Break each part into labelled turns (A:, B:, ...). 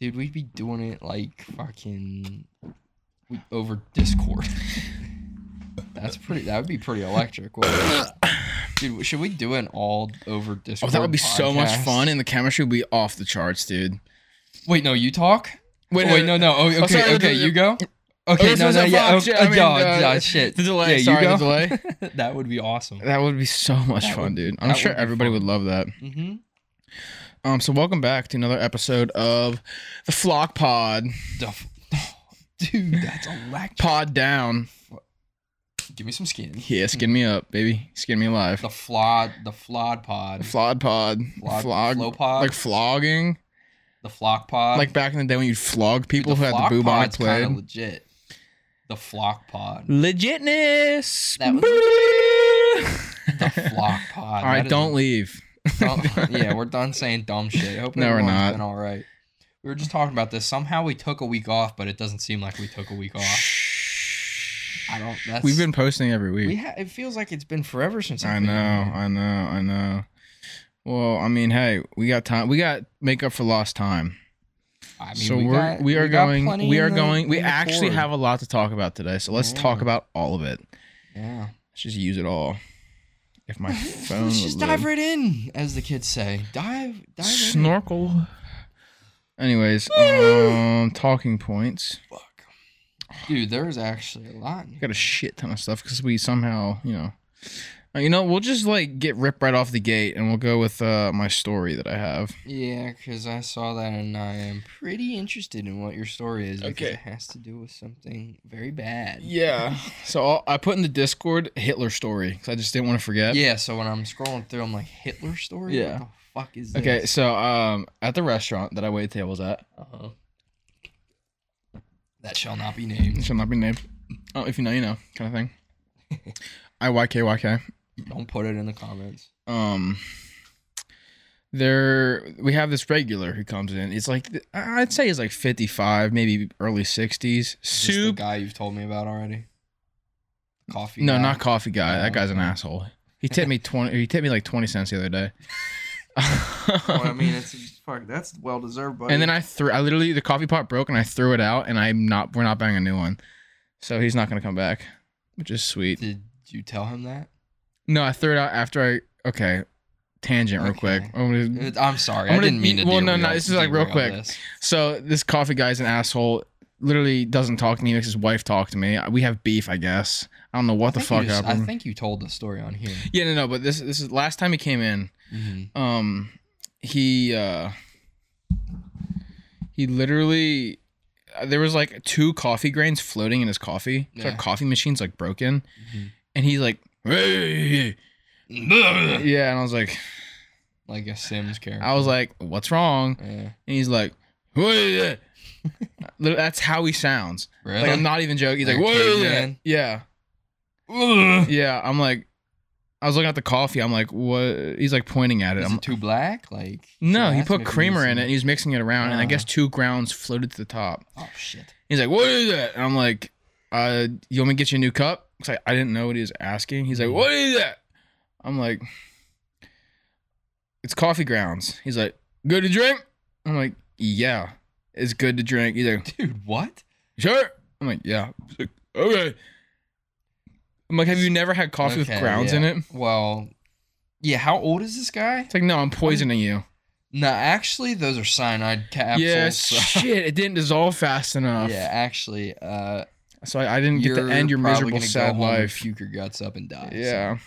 A: Dude, we'd be doing it like fucking we- over Discord. That's pretty. That would be pretty electric. wouldn't it? Dude, should we do an all over
B: Oh,
A: Discord?
B: that would be so much
A: podcast?
B: fun, and the chemistry would be off the charts, dude.
A: Wait, no, you talk. Wait, wait, no, no. Oh, okay,
B: sorry, no,
A: okay,
B: no,
A: you go.
B: Oh,
A: Okay,
B: this
A: no,
B: was
A: no,
B: a
A: yeah, oh,
B: fuck
A: okay,
B: shit. I mean,
A: yeah,
B: uh,
A: yeah, shit.
B: the delay,
A: Yeah, you
B: sorry, the
A: go.
B: delay.
A: that would be awesome.
B: That would be so much
A: That
B: fun,
A: would-
B: dude. I'm
A: that
B: sure
A: would be
B: everybody would love that.
A: hmm
B: Um, so welcome back to another episode of the Flock Pod.
A: dude, that's electric.
B: Pod down.
A: Give me some skin.
B: Yeah, skin me up, baby. Skin me alive.
A: The flawed, the flawed pod,
B: The flawed pod.
A: Flog-
B: flog.
A: flow pod?
B: Like flogging.
A: the flock pod.
B: like back in the day when you'd flog
A: Dude,
B: people who had
A: flock
B: the bubonic
A: pod's kinda
B: plague.
A: Legit. The flock pod.
B: Legitness.
A: That was- The flock pod.
B: All right,
A: That is-
B: don't leave.
A: don't- yeah, we're done saying dumb shit. Hope
B: No, we're
A: everyone's
B: not.
A: Been all right. We were just talking about this. Somehow we took a week off, but it doesn't seem like we took a week off. I don't. That's,
B: We've been posting every week.
A: We ha- it feels like it's been forever since
B: I
A: I've
B: know,
A: been here.
B: I know, I know. Well, I mean, hey, we got time. We got make up for lost time.
A: I mean,
B: so
A: we
B: we are
A: got-
B: we are
A: got
B: going.
A: plenty
B: We
A: in
B: are
A: the-
B: going. We
A: in the
B: actually
A: cord.
B: have a lot to talk about today. So let's talk
A: Yeah.
B: about all of it. Let's
A: Yeah.
B: just use it all. If my phone.
A: Let's just
B: would
A: dive
B: load.
A: right in, as the kids say. Dive, dive. Snor-
B: Snorkel. Anyways, um, talking points.
A: Fuck. Dude, there's actually a lot. in
B: We got a shit ton of stuff because we somehow, you know, Uh, you know, we'll just like get ripped right off the gate, and we'll go with uh, my story that I have.
A: Yeah, because I saw that and I am pretty interested in what your story is because
B: Okay.
A: it has to do with something very bad.
B: Yeah. So I'll, I put in the Discord Hitler story because I just didn't want to forget.
A: Yeah, so when I'm scrolling through, I'm like, Hitler story? What
B: Yeah.
A: the fuck is this?
B: Okay. So um, at the restaurant that I wait tables at,
A: Uh-huh. That shall not be
B: it
A: named.
B: shall not be named. Oh, if you know, you know, kind of thing. I Y K Y K.
A: Don't put it in the comments.
B: Um. There, we have this regular who comes in. It's like I- I'd say he's like fifty-five, maybe early sixties.
A: Is this the
B: Soup.
A: guy you've told me about already? Coffee.
B: No,
A: guy?
B: not coffee guy.
A: Yeah.
B: That guy's an asshole. He tipped me twenty. He tipped me like twenty cents the other day.
A: Well, I mean, it's fuck. That's well deserved, buddy.
B: and then I threw. I literally the coffee pot broke and I threw it out. And I'm not. We're not buying a new one. So he's not gonna come back, which is sweet.
A: did you tell him that?
B: No, I threw it out after I. Okay, tangent real quick. Oh,
A: Okay.
B: I'm gonna-
A: It- I'm sorry,
B: Mm. I'm
A: I'm I
B: gonna
A: did not mean
B: eat-
A: to.
B: well, no,
A: derail-
B: no, this is, like, real
A: derail
B: quick.
A: this.
B: So this coffee guy's an asshole. Literally doesn't talk to me. Makes his wife talk to me. We have beef, I guess. I don't know what
A: I
B: the
A: think
B: fuck
A: you just-
B: happened.
A: I think you told the story on here.
B: yeah, no, no. But this this is last time he came in. um he uh he literally uh, there was like two coffee grains floating in his coffee so our
A: Yeah.
B: coffee machine's like broken
A: Mhm.
B: and he's like "Hey."
A: Mhm.
B: yeah and i was like
A: like a Sims character.
B: Mm-hmm. i was like what's wrong
A: yeah.
B: and he's like "What is it?" Lit- that's how he sounds
A: really?
B: like i'm not even joking he's like,
A: Like a
B: "What is it?"
A: caveman?
B: yeah
A: Ugh.
B: yeah i'm like i was looking at the coffee i'm like what he's like pointing at it
A: Is
B: i'm
A: it too black? Like
B: No,
A: should I ask
B: he
A: him
B: put
A: if he
B: creamer
A: needs
B: in it and he was mixing it around, and I
A: Ah.
B: guess two grounds floated to the top.
A: some- Oh shit!
B: He's like, What is that? And I'm like, uh, You want me to get you a new cup? Because I, I didn't know what he was asking. He's like,
A: Mm-hmm.
B: What is that? I'm like, It's coffee grounds. He's like, Good to drink? I'm like, Yeah, it's good to drink. He's like,
A: Dude, what?
B: Sure. I'm like, Yeah. He's like, okay. I'm like, Have you never had coffee with
A: Okay,
B: grounds
A: yeah.
B: in it?
A: Well, yeah. How old is this guy?
B: It's like, No, I'm poisoning you.
A: No, actually, those are cyanide capsules.
B: Yeah,
A: so-
B: shit, it didn't dissolve fast enough.
A: yeah, actually, uh,
B: So I, I didn't get to
A: you're
B: end your
A: probably
B: miserable
A: gonna go
B: sad
A: home and
B: life.
A: Puke your guts up and die. so,
B: Yeah.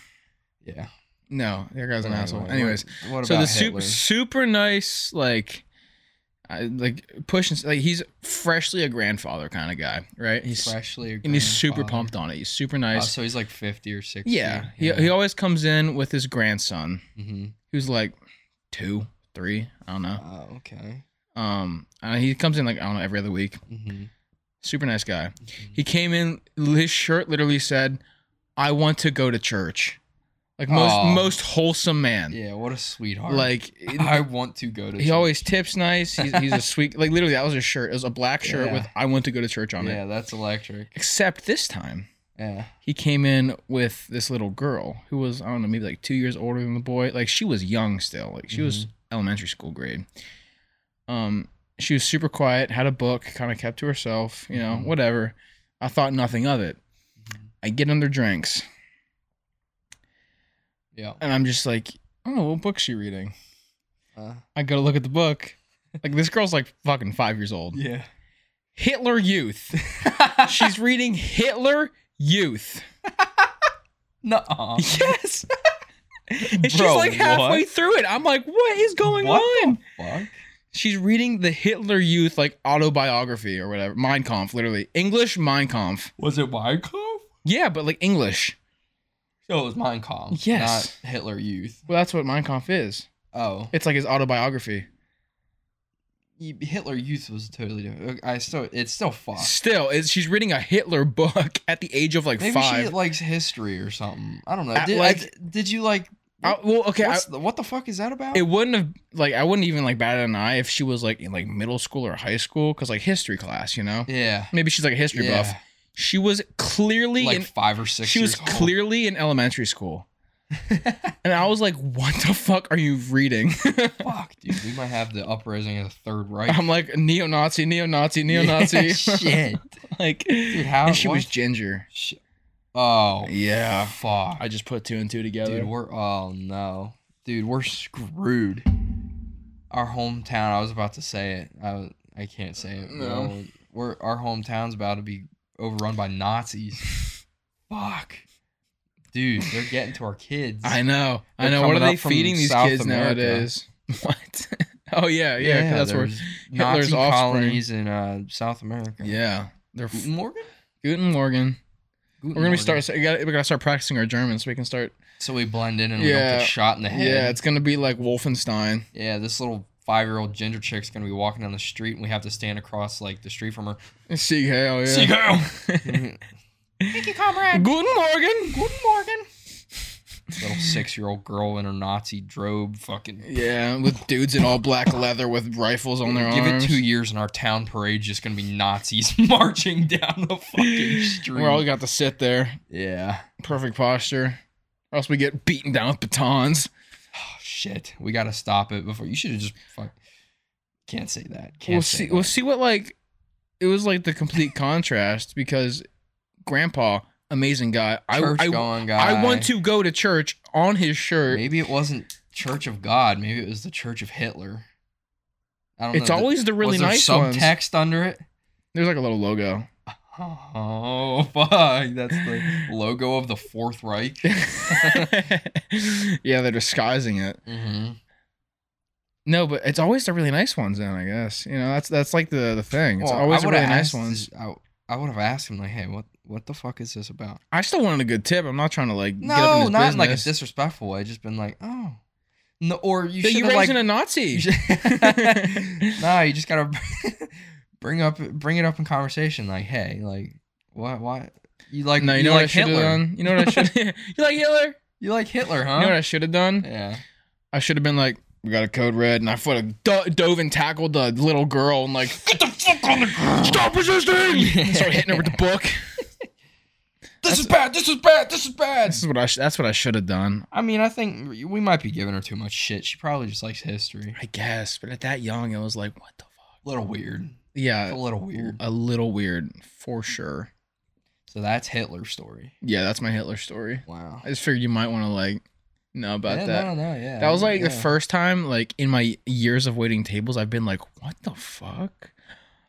A: yeah.
B: No, that guy's an
A: Anyway,
B: asshole.
A: what-
B: Anyways,
A: what, about
B: so the
A: Hitler?
B: super super nice like, I, like pushing like he's freshly a grandfather kind of guy, right? He's
A: freshly
B: and he's super
A: grandfathered.
B: pumped on it. He's super
A: Uh,
B: nice.
A: so he's like 50 or 60.
B: yeah, he he always comes in with his grandson,
A: hmm
B: who's like two, three, I don't know.
A: Oh, okay.
B: Um, and he comes in like I don't know every other week.
A: hmm
B: Super nice guy. He came in. His shirt literally said, "I want to go to church." Like most
A: Aw.
B: most wholesome man.
A: Yeah, what a sweetheart.
B: Like
A: I want to go to.
B: he always tips nice. He's, he's a sweet. Like literally, that was his shirt. It was a black shirt
A: Yeah.
B: with "I want to go to church" on
A: Yeah,
B: it.
A: that's electric.
B: Except this time,
A: Yeah.
B: he came in with this little girl who was I don't know maybe like two years older
A: Mm-hmm.
B: than the boy. Like she was young still. Like she was elementary school grade. Um, She was super quiet, had a book, kind of kept to herself, you know,
A: Mhm.
B: whatever. I thought nothing of it. I get under drinks
A: Yeah.
B: and I'm just like, oh, what book's she reading?
A: Uh,
B: I go to look at the book. Like this girl's like fucking five years old.
A: yeah.
B: Hitler Youth. She's reading Hitler Youth.
A: no.
B: Yes. and she's
A: Bro,
B: like halfway
A: what?
B: through it. I'm like, what is going
A: What
B: on?
A: the fuck?
B: She's reading the Hitler Youth like autobiography or whatever. Mein Kampf, literally. English Mein Kampf.
A: Was it Mein Kampf?
B: Yeah, but like English.
A: So it was Mein Kampf.
B: Yes.
A: Not Hitler Youth.
B: Well, that's what Mein Kampf is.
A: Oh.
B: It's like his autobiography.
A: Y- Hitler Youth was totally different. I still, it's still fucked.
B: Still, it's, she's reading a Hitler book at the age of like
A: Maybe
B: five.
A: she likes history or something. I don't know.
B: At,
A: Did,
B: like-
A: I- did you like?
B: I- well, okay, I-
A: what's the, what the fuck is that about?
B: it wouldn't have like I wouldn't even like bat an eye if she was like in like middle school or high school because like history class, you know.
A: yeah.
B: Maybe she's like a history
A: yeah.
B: buff. She was clearly
A: Like
B: in,
A: five or six.
B: she was
A: years old.
B: clearly in elementary school, and I was like, "What the fuck are you reading?"
A: Fuck, dude. We might have the uprising of the Third Reich.
B: I'm like neo-Nazi, neo-Nazi, neo-Nazi.
A: Yeah, shit.
B: like,
A: Dude, how
B: and she
A: what?
B: was ginger.
A: Sh- Oh
B: Yeah,
A: fuck,
B: I just put two and two together.
A: dude. We're oh no, dude. We're screwed. Our hometown. I was about to say it. I was- I can't say it.
B: No.
A: No, we're our hometown's about to be overrun by Nazis. fuck, dude. They're getting to our kids.
B: I know, I
A: They're
B: know. What are
A: coming
B: they
A: up from
B: feeding these
A: South
B: kids
A: America.
B: nowadays? What? oh yeah, yeah. 'cause that's where.
A: there's
B: Hitler's
A: Nazi
B: offspring-
A: colonies in uh, South America.
B: Yeah, they're f-
A: Guten Morgen.
B: Guten Morgen.
A: Guten
B: We're gonna be
A: Morgen.
B: start. so We gotta, we gotta start practicing our German so we can start.
A: So we blend in and we don't
B: Yeah.
A: get shot in the head.
B: Yeah, it's gonna be like Wolfenstein.
A: Yeah, this little five year old ginger chick's gonna be walking down the street and we have to stand across like the street from her.
B: Sieg Heil. Yeah.
A: Sieg Thank you, comrade.
B: Guten Morgen.
A: Guten Morgen. Little six year old girl in her Nazi drobe fucking
B: Yeah, with dudes in all black leather with rifles on their
A: Give
B: arms.
A: it two years and our town parade's just gonna be Nazis marching down the fucking street.
B: We're all got to sit there,
A: yeah.
B: perfect posture, or else we get beaten down with batons.
A: Oh shit. We gotta stop it before you should have just fuck can't say that. Can't
B: We'll
A: say
B: see.
A: that.
B: We'll see what like. It was like the complete contrast because Grandpa, amazing guy.
A: Church
B: I I,
A: going guy.
B: I want to go to church on his shirt.
A: Maybe it wasn't Church of God. Maybe it was the Church of Hitler. I don't
B: It's
A: know.
B: always the really
A: was there
B: nice ones.
A: subtext under it?
B: There's like a little logo.
A: Oh fuck! That's the logo of the Fourth Reich.
B: yeah, they're disguising it.
A: Mm-hmm.
B: No, but it's always the really nice ones. Then I guess you know that's that's like the the thing. It's always the really nice ones.
A: I, I would have asked him like, "Hey, what what the fuck is this about?"
B: I still wanted a good tip. I'm not trying to like get up in
A: No, not
B: his
A: in like a
B: business.
A: disrespectful way. Just been like, "Oh, no," or you
B: Yo,
A: should
B: you
A: have like,
B: raising a Nazi.
A: no, you just gotta bring up bring it up in conversation. Like, hey, like, what, why you like?
B: no, you, know
A: like
B: what I should have
A: Hitler?
B: done. You know what I should. you like Hitler?
A: You like Hitler, huh?
B: You know what I should have done?
A: yeah.
B: I should have been like, we got a code red, and I would have do- dove and tackled the little girl and like, get the fuck on the ground, stop resisting. And Start hitting her with the book.
A: This is bad. This is bad. This is bad.
B: This is what I. Sh- that's what I should have done.
A: I mean, I think we might be giving her too much shit. She probably just likes history.
B: I guess, but at that young, it was like, what the fuck?
A: A little weird. A
B: Yeah,
A: little weird.
B: a little weird for sure.
A: So that's Hitler's story.
B: Yeah, that's my Hitler story.
A: Wow.
B: I just figured you might want to like know about
A: yeah,
B: that.
A: No, no, yeah.
B: That was like the
A: yeah.
B: first time, like in my years of waiting tables, I've been like, what the fuck?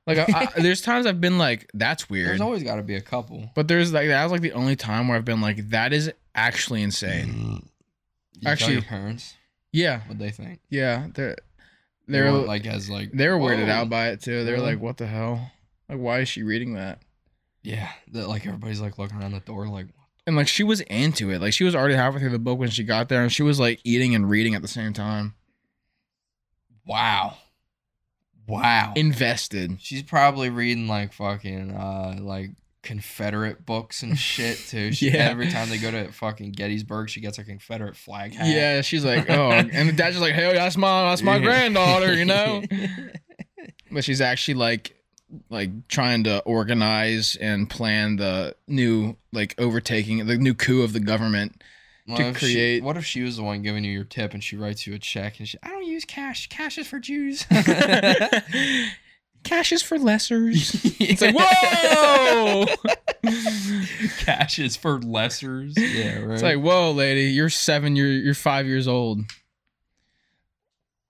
B: Like, I, I, there's times I've been like, that's weird.
A: There's always got to be a couple.
B: but there's like that was like the only time where I've been like, that is actually insane.
A: Did you tell
B: Actually-
A: your parents
B: Yeah,
A: what they think.
B: yeah. They're
A: They
B: they're
A: weren't,
B: like
A: like as like
B: they're weirded
A: "Whoa."
B: out by it too. They're
A: Really?
B: like, what the hell? Like, why is she reading that?
A: Yeah, that like everybody's like looking around the door like
B: And like she was into it. Like she was already halfway through the book when she got there, and she was like eating and reading at the same time.
A: wow, wow.
B: Invested.
A: She's probably reading like fucking uh like Confederate books and shit too. She,
B: Yeah.
A: Every time they go to fucking Gettysburg, she gets a Confederate flag hat.
B: Yeah, she's like, oh, and the dad's just like, hey, that's my that's my
A: Yeah.
B: granddaughter, you know. But she's actually like, like trying to organize and plan the new like overtaking, the new coup of the government.
A: Well,
B: To
A: if she-
B: create-
A: what if she was the one giving you your tip and she writes you a check and she, I don't use cash. Cash is for Jews.
B: Cash is for lessers. It's like, whoa!
A: Cash is for lessers. Yeah, right.
B: It's like, whoa, lady, you're seven, you're you're five years old.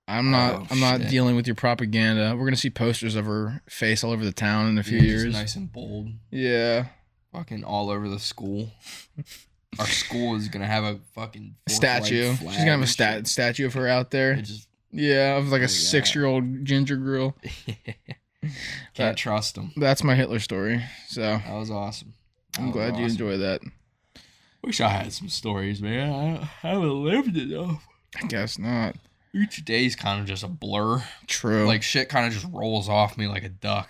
B: I'm not
A: Oh,
B: I'm not
A: shit.
B: dealing with your propaganda. We're gonna see posters of her face all over the town in a few
A: Yeah, just
B: years.
A: nice and bold,
B: Yeah.
A: fucking all over the school. Our school is gonna have a fucking fourth
B: statue.
A: leg
B: She's
A: flag
B: gonna have a
A: and
B: stat
A: shit.
B: statue of her out there.
A: It just
B: Yeah, of
A: Oh,
B: like
A: yeah.
B: a six year old ginger girl.
A: can't
B: That-
A: trust them.
B: That's my Hitler story. So
A: That was awesome. That
B: I'm
A: was
B: glad you
A: Oh, awesome.
B: enjoy that.
A: Wish I had some stories, man. I haven't lived enough.
B: I guess not.
A: Each day's kind of just a blur.
B: True.
A: Like shit, kind of just rolls off me like a duck.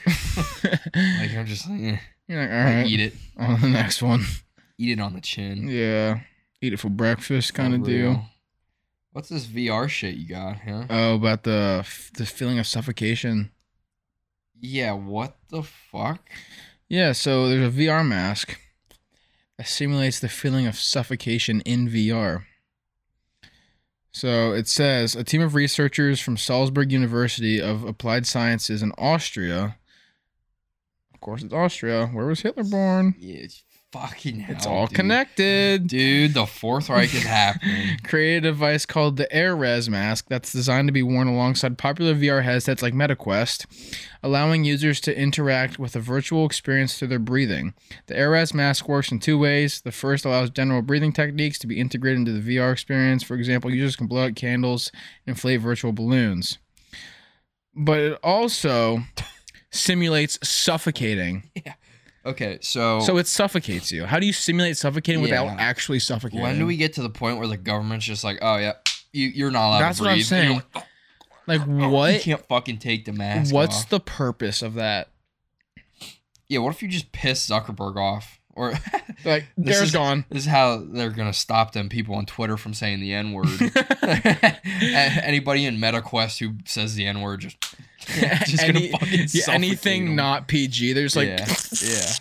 A: like I'm just like, eh,
B: You're like, all
A: I
B: right,
A: eat it,
B: on to the next one.
A: eat it on the chin.
B: Yeah. Eat it for breakfast kind of
A: For
B: deal.
A: real. What's this VR shit you got, huh?
B: Oh, about the f- the feeling of suffocation.
A: yeah, what the fuck?
B: Yeah, so there's a VR mask that simulates the feeling of suffocation in VR. So it says a team of researchers from Salzburg University of Applied Sciences in Austria. Of course, it's Austria. Where was Hitler born?
A: Yeah, it's fucking.
B: It's
A: hell,
B: all
A: dude.
B: connected.
A: dude. The Fourth Reich is happening.
B: created a device called the AirRes mask that's designed to be worn alongside popular VR headsets like MetaQuest, allowing users to interact with a virtual experience through their breathing. The AirRes mask works in two ways. The first allows general breathing techniques to be integrated into the VR experience. For example, users can blow out candles and inflate virtual balloons. But it also simulates suffocating.
A: Okay, so
B: So it suffocates you. How do you simulate suffocating
A: Oh. Yeah.
B: without actually suffocating?
A: when do we get to the point where the government's just like, oh yeah, you, you're not allowed
B: That's
A: to
B: what I'm
A: breathe. You're
B: saying.
A: like, "Oh,
B: like
A: You
B: what?
A: can't fucking take the mask.
B: What's
A: off."
B: the purpose of that?
A: yeah? What if you just piss Zuckerberg off? Or This
B: Like, there
A: is-
B: has gone.
A: this is how they're gonna stop them people on Twitter from saying the n word. Anybody in MetaQuest who says the n word just just gonna
B: Any-
A: fucking
B: yeah, anything
A: suffocate 'em.
B: not PG. There's like
A: yeah yeah.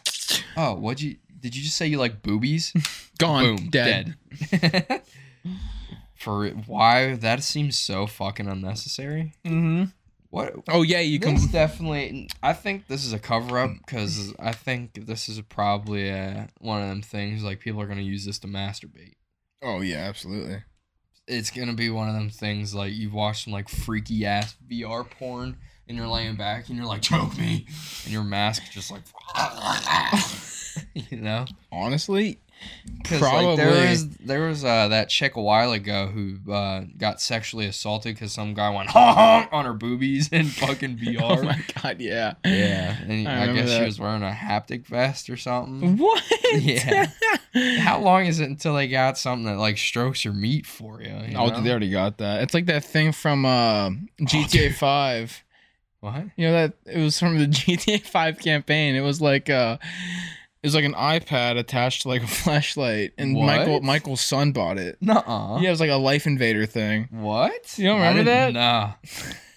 A: Oh, what'd you? Did you just say you like boobies?
B: gone,
A: Boom,
B: dead.
A: dead. For it- why that seems so fucking unnecessary.
B: Mm-hmm.
A: What
B: Oh yeah, you can.
A: this definitely. I think this is a cover up because I think this is probably uh one of them things like people are gonna use this to masturbate.
B: Oh yeah, absolutely.
A: It's gonna be one of them things like you've watched some like freaky ass VR porn and you're laying back and you're like choke me and your mask just like you know.
B: Honestly,
A: 'Cause, Like, there
B: Probably.
A: was there was uh, that chick a while ago who uh, got sexually assaulted because some guy went honk, honk on her boobies in fucking VR.
B: oh my god, yeah.
A: Yeah, and
B: I
A: I,
B: remember
A: guess she
B: that.
A: was wearing a haptic vest or something.
B: What?
A: Yeah. How long is it until they got something that like strokes your meat for you? you
B: Oh,
A: know?
B: dude, they already got that. It's like that thing from uh, GTA Five.
A: what?
B: You know that it was from the GTA Five campaign. It was like uh, it was like an iPad attached to like a flashlight, and
A: What?
B: Michael Michael's son bought it.
A: Nuh-uh.
B: Yeah, it was like a life invader thing.
A: What?
B: You don't
A: I
B: remember
A: didn't-
B: that?
A: Nah.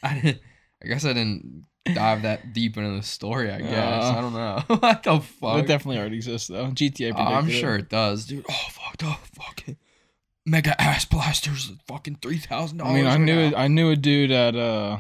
A: I didn't. I guess I didn't dive that deep into the story. I guess
B: Uh,
A: I don't know. what the fuck?
B: It definitely already exists though. GTA.
A: Uh, I'm
B: predicted it.
A: sure it does, dude. Oh fuck, oh fucking mega ass blasters, fucking three thousand dollars.
B: I mean, I knew it, I knew a dude at uh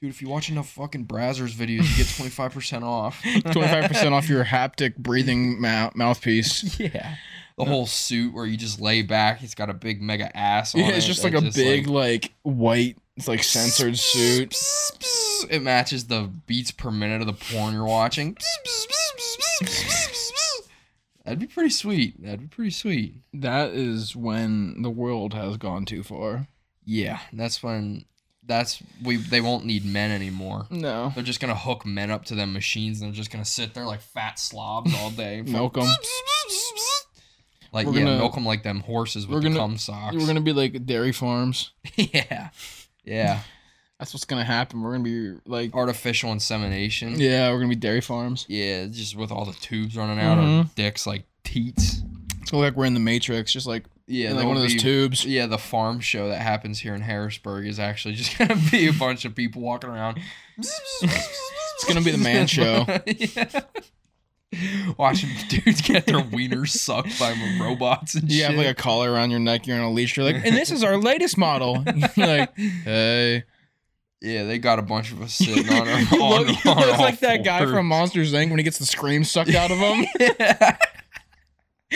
A: dude. If you watch enough fucking Brazzers videos, you get twenty five percent off.
B: 25% off your haptic breathing mou- mouthpiece.
A: Yeah, the whole suit where you just lay back. It's got a big mega ass. On
B: Yeah, it's
A: it
B: just
A: that
B: like a big like, white it's like censored suit.
A: Pss, pss, It matches the beats per minute of the porn you're watching. Pss, pss, pss, pss, pss, pss, pss, pss. That'd be pretty sweet. That'd be pretty sweet.
B: That is when the world has gone too far.
A: Yeah, that's when. That's we. They won't need men anymore.
B: No.
A: They're just gonna hook men up to them machines and they're just gonna sit there like fat slobs all day.
B: Milk 'em.
A: Like
B: We're
A: yeah,
B: gonna-
A: milk them like them horses
B: we're
A: with the
B: gonna-
A: cum socks.
B: We're going to be like dairy farms.
A: yeah, yeah.
B: That's what's going to happen. We're going to be like
A: Artificial insemination. Yeah.
B: Yeah, we're going to be dairy farms.
A: just with all the tubes running out
B: Mm-hmm.
A: our dicks like teats.
B: It's gonna look like we're in the matrix just like
A: Yeah,
B: in like
A: they'll
B: one of those
A: be-
B: tubes.
A: Yeah, the farm show that happens here in Harrisburg is actually just gonna be a bunch of people walking around. it's
B: gonna be the man show.
A: Watching dudes get their wieners sucked by robots and
B: You have
A: shit.
B: like a collar around your neck, you're on a leash, you're like, and this is our latest model. You're like, hey.
A: Yeah, they got a bunch of us sitting on our.
B: he
A: on,
B: look- he
A: on
B: looks
A: all
B: like that guy
A: fours.
B: from Monsters Inc. when he gets the scream sucked out of him.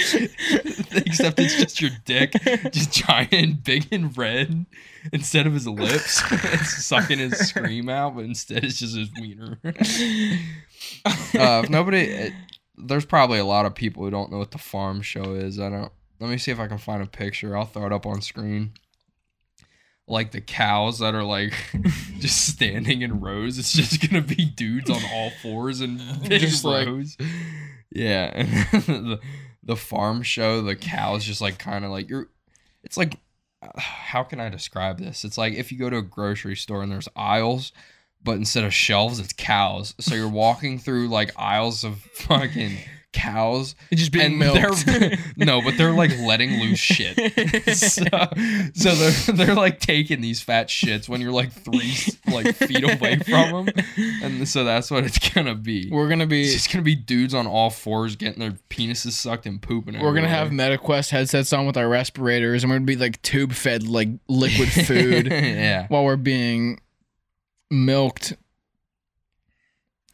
A: Except it's just your dick, just giant, big and red, instead of his lips, it's sucking his scream out, but instead it's just his wiener. Uh, if nobody, it, there's probably a lot of people who don't know what the farm show is. I don't. Let me see if I can find a picture. I'll throw it up on screen. Like the cows that are like just standing in rows. It's just gonna be dudes on all fours and big
B: Just like-
A: rows. yeah, and the, the farm show. The cows just like kind of like you're. It's like, how can I describe this? It's like if you go to a grocery store and there's aisles, but instead of shelves, it's cows. So you're walking through like aisles of fucking cows,
B: just being
A: and
B: milked.
A: they're no, but they're like letting loose shit. so, so they're they're like taking these fat shits when you're like three like feet away from them, and so that's what it's gonna be.
B: We're gonna
A: It's
B: be.
A: just gonna be dudes on all fours getting their penises sucked and pooping.
B: We're gonna have
A: everywhere.
B: MetaQuest headsets on with our respirators, and we're gonna be like tube fed like liquid food
A: yeah,
B: while we're being milked.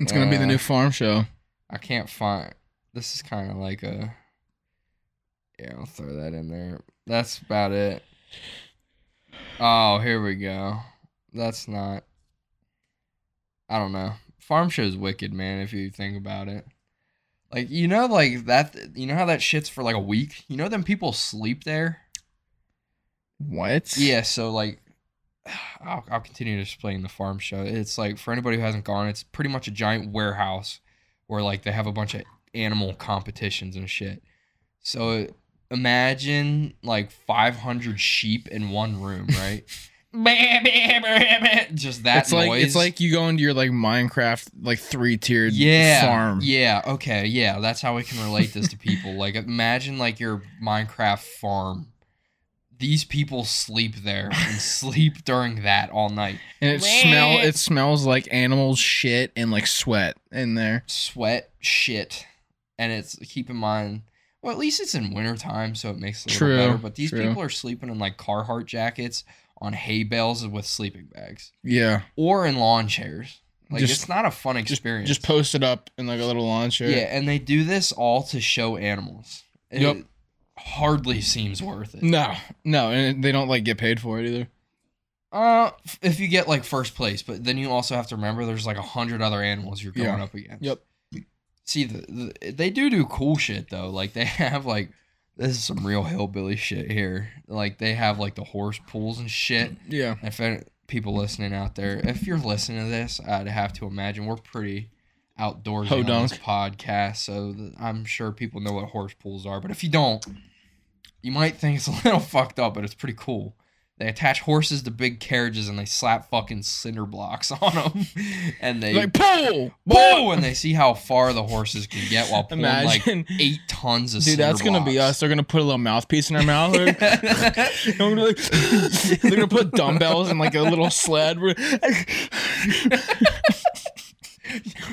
B: It's gonna be the
A: Uh,
B: new farm show.
A: I can't find. This is kind of like a. Yeah, I'll throw that in there. That's about it. Oh, here we go. That's not. I don't know. Farm show's wicked, man. If you think about it, like you know, like that. You know how that shits for like a week. You know, them people sleep there.
B: What?
A: Yeah, so like I'll, I'll continue to explain the farm show. It's like for anybody who hasn't gone, it's pretty much a giant warehouse where like they have a bunch of animal competitions and shit. So imagine like 500 sheep in one room, right? Just that
B: It's like
A: noise.
B: it's like you go into your like Minecraft like three tiered
A: yeah,
B: farm.
A: Yeah, okay, yeah. That's how we can relate this to people. like imagine like your Minecraft farm. These people sleep there and sleep during that all night.
B: And it smell it smells like animals shit and like sweat in there.
A: Sweat, shit. And it's keep in mind well, at least it's in wintertime, so it makes it a little
B: True,
A: better. But these
B: true.
A: people are sleeping in like Carhartt jackets on hay bales with sleeping bags.
B: Yeah.
A: Or in lawn chairs. Like
B: Just-
A: it's not a fun
B: Just
A: experience.
B: just post it up in like a little lawn chair.
A: Yeah, and they do this all to show animals. It
B: Yep.
A: hardly seems worth it.
B: No, no, and they don't like get paid for it either.
A: Uh, f- if you get like first place, but then you also have to remember there's like a hundred other animals you're going
B: Yeah.
A: up against.
B: Yep.
A: See, the, the, they do do cool shit though. Like they have like this is some real hillbilly shit here. Like they have like the horse pools and shit.
B: Yeah.
A: If any, people listening out there, if you're listening to this, I'd have to imagine we're pretty outdoorsy on this
B: Ho-dunk.
A: podcast, so th- I'm sure people know what horse pools are. But if you don't, you might think it's a little fucked up, but it's pretty cool. They attach horses to big carriages and they slap fucking cinder blocks on them, and they
B: Like pull,
A: whoa, and they see how far the horses can get while pulling like
B: Imagine,
A: eight tons of.
B: dude, that's
A: cinder
B: gonna be us.
A: blocks.
B: They're gonna put a little mouthpiece in our mouth. And we're gonna, like, they're gonna put dumbbells in like a little sled. We're,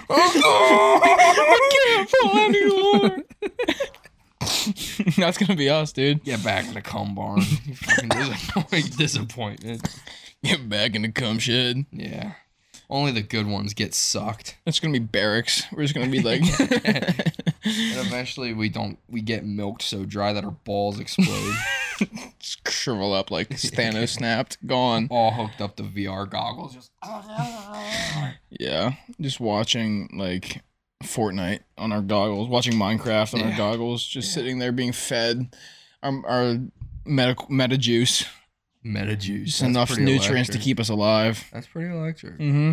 A: Oh,
B: I can't pull anymore. That's gonna be us, dude.
A: Get back in the cum barn. You fucking disappoint, disappointment.
B: Get back in the cum shed.
A: Yeah. Only the good ones get sucked.
B: It's gonna be barracks. We're just gonna be like,
A: And eventually we don't we get milked so dry that our balls explode.
B: just shrivel up like Thanos snapped, gone.
A: all hooked up to VR goggles. Just
B: Yeah, just watching like Fortnite on our goggles, watching Minecraft on
A: Yeah.
B: our goggles, just
A: Yeah.
B: sitting there being fed our, our meta, meta juice,
A: meta juice.
B: just enough nutrients to keep us alive.
A: That's pretty electric.
B: Mm-hmm.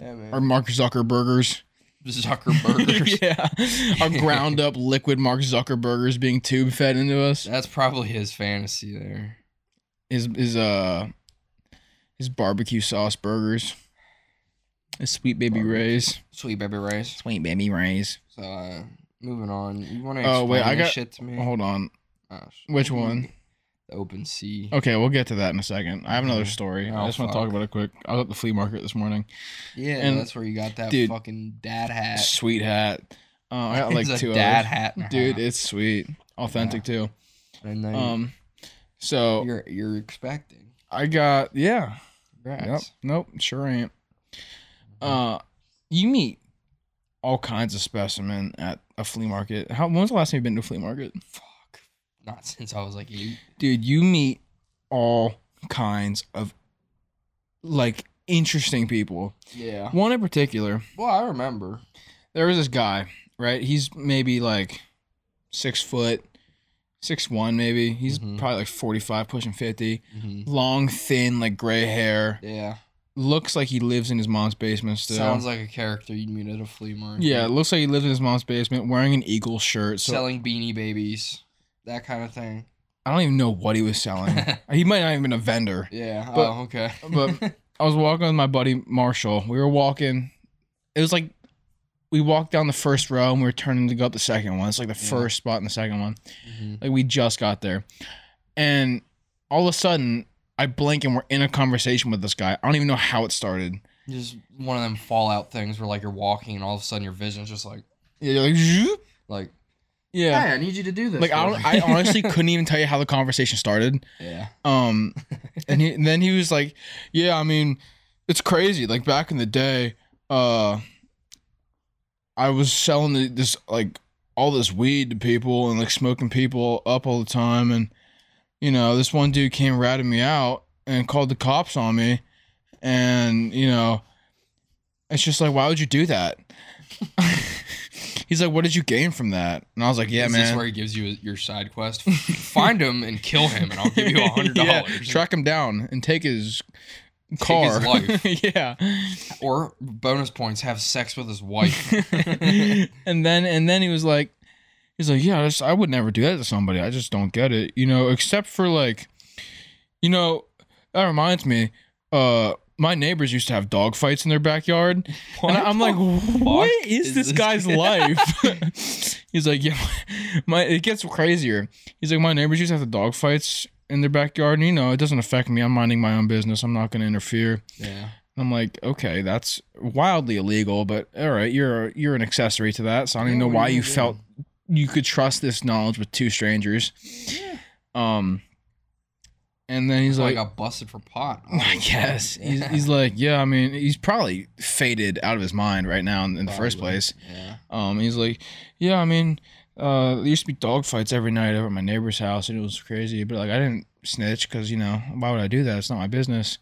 A: Yeah, man.
B: Our Mark Zuckerbergers.
A: Zuckerbergers.
B: yeah. Our ground up liquid Mark Zuckerbergers being tube fed into us.
A: That's probably his fantasy there.
B: His, his, uh, his barbecue sauce burgers. His sweet baby
A: Barbecue.
B: rays.
A: Sweet baby race.
B: Sweet baby rays.
A: So uh moving on. You wanna explain
B: Oh, wait, I
A: this
B: got-
A: shit to me?
B: Hold on.
A: Gosh.
B: Which one? Oh,
A: The open sea.
B: Okay, we'll get to that in a second. I have another story.
A: Oh,
B: I just want to
A: fuck.
B: talk about it quick. I was at the flea market this morning.
A: Yeah,
B: and-
A: that's where you got that
B: dude.
A: fucking dad hat.
B: Sweet hat. Uh, I got like
A: It's
B: two
A: a dad
B: of
A: hat, and
B: them.
A: a
B: Dude,
A: half.
B: it's sweet. Authentic
A: and then
B: too. Um so
A: you're you're expecting.
B: I got yeah. Yep.
A: Congrats.
B: Nope. Sure ain't. Uh, you meet all kinds of specimen at a flea market. How? When was the last time you've been to a flea market?
A: Fuck. Not since I was like eight.
B: Dude, you meet all kinds of like interesting people.
A: Yeah.
B: One in particular,
A: Well, I remember.
B: there was this guy. Right, he's maybe like six foot, six one maybe. He's
A: Mhm.
B: probably like forty five, pushing fifty.
A: Mm-hmm.
B: Long, thin, like gray hair.
A: Yeah.
B: Looks like he lives in his mom's basement still.
A: Sounds like a character you'd meet at a flea market.
B: Yeah, it looks like he lives in his mom's basement wearing an eagle shirt. So
A: Selling beanie babies. That kind of thing.
B: I don't even know what he was selling. he might not even been a vendor.
A: yeah.
B: But-
A: oh, okay.
B: but- I was walking with my buddy Marshall. We were walking. It was like we walked down the first row and we were turning to go up the second one. It's like the
A: Yeah.
B: first spot in the second one.
A: Mhm.
B: Like we just got there. And all of a sudden, I blink and we're in a conversation with this guy. I don't even know how it started.
A: Just one of them Fallout things where like you're walking and all of a sudden your vision's just like,
B: Yeah, you're like, "Zoop."
A: like,
B: yeah.
A: hey, I need you to do this.
B: Like I,
A: for
B: don't,
A: me."
B: I honestly couldn't even tell you how the conversation started.
A: yeah.
B: Um, and, he, and then he was like, "Yeah, I mean, it's crazy. Like back in the day, uh, I was selling the, this like all this weed to people and like smoking people up all the time. And you know, this one dude came ratting me out and called the cops on me. And you know, it's just like, why would you do that?" He's like, "What did you gain from that?" And I was like, "Yeah,
A: Is
B: man."
A: This where he gives you your side quest. Find him and kill him, and I'll give you a hundred
B: Yeah,
A: dollars.
B: track him down and take his
A: his
B: car.
A: life.
B: yeah.
A: Or bonus points, have sex with his wife.
B: and then and then he was like, he's like, yeah, I, just, I would never do that to somebody. I just don't get it, you know. Except for like, you know, that reminds me. Uh, my neighbors used to have dog fights in their backyard, and I'm like, what is,
A: is
B: this,
A: this
B: guy's life? he's like, yeah, my it gets crazier. He's like, my neighbors used to have the dog fights in their backyard, and you know, it doesn't affect me. I'm minding my own business. I'm not going to interfere.
A: yeah.
B: I'm like, okay, that's wildly illegal, but all right, you're you're an accessory to that, so I don't even
A: Oh, Yeah,
B: know
A: what are
B: why
A: you
B: you
A: gonna do?
B: felt you could trust this knowledge with two strangers. Um, and then he's
A: He's like,
B: like,
A: I got busted for pot.
B: I guess he's, he's like, yeah, I mean, he's probably faded out of his mind right now in, in the first
A: Probably.
B: place.
A: Yeah.
B: Um, he's like, yeah, I mean, uh, there used to be dog fights every night over at my neighbor's house, and it was crazy. But like, I didn't snitch because you know why would I do that? It's not my business.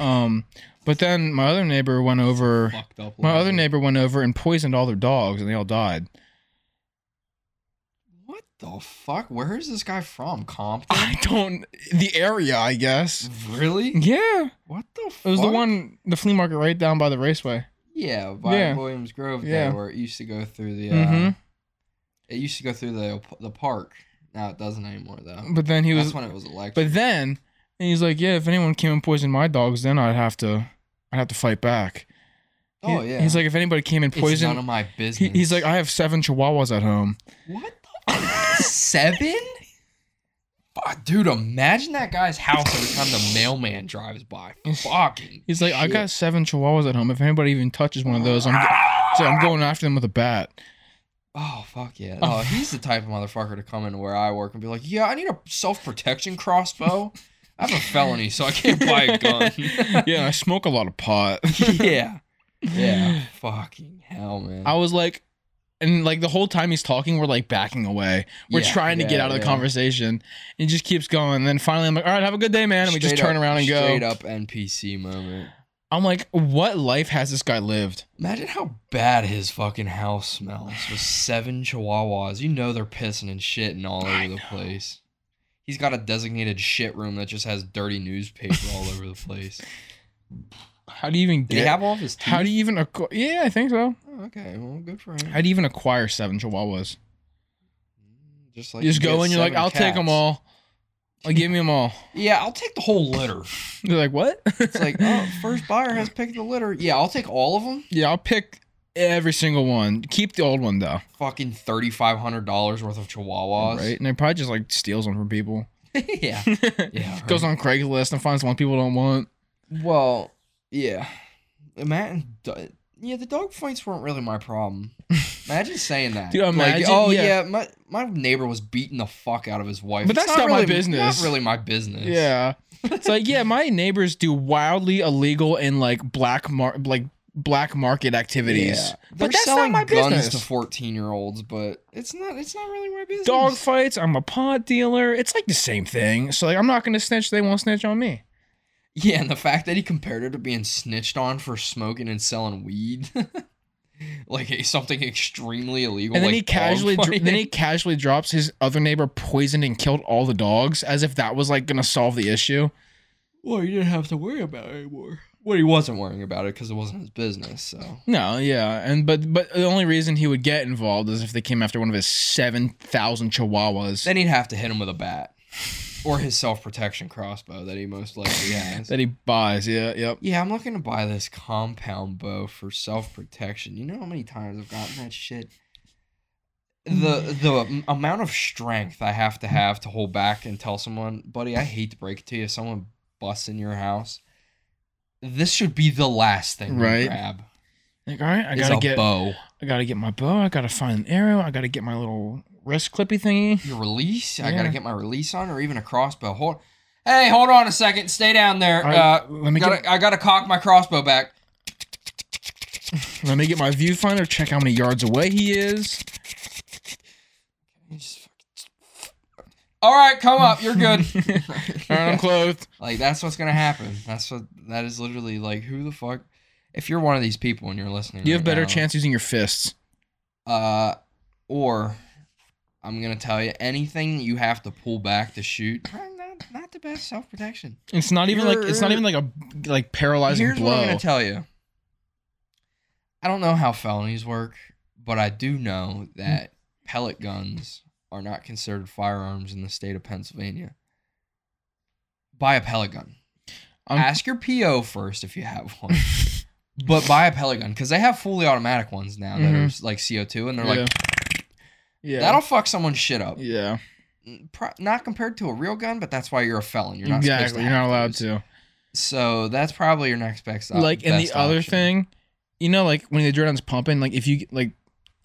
B: Um, but then my other neighbor went over.
A: Fucked up.
B: My other
A: language.
B: neighbor went over and poisoned all their dogs, and they all died.
A: What the fuck? Where is this guy from? Compton?
B: I don't the area, I guess.
A: really?
B: Yeah,
A: What the fuck?
B: it was the one the flea market right down by the raceway.
A: Yeah, by
B: Yeah.
A: Williams Grove
B: Yeah.
A: there, where it used to go through the. Uh,
B: Mhm.
A: It used to go through the the park. Now it doesn't anymore though.
B: But then he
A: That's
B: was,
A: when it was electric.
B: but then and he's like, yeah, if anyone came and poisoned my dogs, then I'd have to, I'd have to fight back.
A: oh
B: He-
A: yeah.
B: He's like, if anybody came and
A: It's none
B: poisoned,
A: of my
B: he,
A: business.
B: he's like, I have seven chihuahuas at home.
A: what the fuck? seven? Fuck, dude, imagine that guy's house every time the mailman drives by. Fucking.
B: He's like, I
A: shit.
B: got seven chihuahuas at home. If anybody even touches one of those, I'm, he's like, I'm going after them with a bat.
A: Oh fuck yeah!
B: Oh.
A: Oh, he's the type of motherfucker to come into where I work and be like, "Yeah, I need a self protection crossbow. I have a felony, so I can't buy a gun."
B: yeah, I smoke a lot of pot.
A: yeah, yeah. Fucking hell, man.
B: I was like, and like the whole time he's talking, we're like backing away. We're
A: Yeah,
B: trying to get
A: yeah,
B: out of the
A: yeah.
B: conversation, and he just keeps going. And then finally, I'm like, all right, have a good day, man. And we just
A: Straight
B: turn
A: up-
B: around and go.
A: Straight up NPC moment.
B: I'm like, what life has this guy lived?
A: Imagine how bad his fucking house smells with seven chihuahuas. You know they're pissing and shitting all
B: I
A: over the place. He's got a designated shit room that just has dirty newspaper all over the place.
B: How do you even
A: Did
B: get?
A: he have all of his teeth?
B: how do you even? Acqu- yeah, I think so.
A: Oh, okay, well, good for him.
B: How do you even acquire seven chihuahuas?
A: Just like
B: you just
A: you
B: go
A: get
B: in, you're like,
A: seven
B: I'll take them
A: cats.
B: all. Like, give me them all.
A: Yeah, I'll take the whole litter.
B: They're like, what?
A: It's like, oh, first buyer has picked the litter. Yeah, I'll take all of them.
B: yeah, I'll pick every single one. Keep the old one though,
A: Fucking thirty five hundred dollars worth of chihuahuas.
B: right? And it probably just like steals them from people.
A: yeah. Yeah. right.
B: Goes on Craigslist and finds one people don't want.
A: Well, yeah. Imagine, yeah, the dog fights weren't really my problem. Imagine saying that.
B: Dude, imagine-
A: like, oh yeah,
B: yeah.
A: my, my neighbor was beating the fuck out of his wife.
B: But
A: It's
B: that's not my
A: really,
B: business.
A: Not really my business.
B: Yeah. It's like, yeah, my neighbors do wildly illegal and like black mar- like black market activities.
A: Yeah. They're
B: But that's not
A: selling
B: my
A: guns
B: business.
A: to fourteen year olds, but it's not it's not really my business.
B: Dog fights, I'm a pot dealer. It's like the same thing. So like I'm not gonna snitch, they won't snitch on me.
A: Yeah, and the fact that he compared her to being snitched on for smoking and selling weed. like it's something extremely illegal.
B: and then
A: like
B: he
A: dog
B: casually dr-
A: fighting.
B: then he casually drops his other neighbor poisoned and killed all the dogs as if that was like gonna solve the issue.
A: Well, you didn't have to worry about it anymore. Well, he wasn't worrying about it because it wasn't his business, so
B: No, yeah, and but but the only reason he would get involved is if they came after one of his seven thousand chihuahuas
A: Then he'd have to hit him with a bat or his self protection crossbow that he most likely has.
B: that he buys. Yeah, yep.
A: yeah, I'm looking to buy this compound bow for self protection. You know how many times I've gotten that shit? The the m- amount of strength I have to have to hold back and tell someone, buddy, I hate to break it to you, someone busts in your house. This should be the last thing
B: Right.
A: you grab.
B: Like, all right, I
A: is
B: gotta
A: a
B: get
A: bow.
B: I gotta get my bow. I gotta find an arrow. I gotta get my little wrist clippy thingy.
A: Your release. I gotta
B: Yeah.
A: get my release on, or even a crossbow. Hold. Hey, hold on a second. Stay down there.
B: All right,
A: uh,
B: let me
A: gotta,
B: get
A: I gotta cock my crossbow back.
B: let me get my viewfinder. Check how many yards away he is.
A: All right, come up. You're good.
B: All right, I'm clothed.
A: like that's what's gonna happen. That's what. That is literally like who the fuck. If you're one of these people and you're listening,
B: You
A: right
B: have better
A: now,
B: chance using your fists.
A: Uh, or I'm gonna tell you anything you have to pull back to shoot. probably Not, not the best self protection.
B: It's not even like it's not even like a like paralyzing
A: Here's what I'm
B: blow.
A: gonna tell you. I don't know how felonies work, but I do know that pellet guns are not considered firearms in the state of Pennsylvania. Buy a pellet gun.
B: I'm-
A: Ask your PO first if you have one. but buy a pellet gun because they have fully automatic ones now that are like CO2, and they're
B: Mm-hmm. yeah.
A: like
B: yeah.
A: that'll fuck someone's shit up.
B: yeah,
A: Pro- not compared to a real gun, but that's why you're a felon. You're not supposed to
B: exactly. You're not
A: have
B: allowed
A: those.
B: to.
A: So that's probably your next best. op-
B: like and the
A: best
B: other
A: option.
B: thing you know like when the adrenaline's pumping like if you like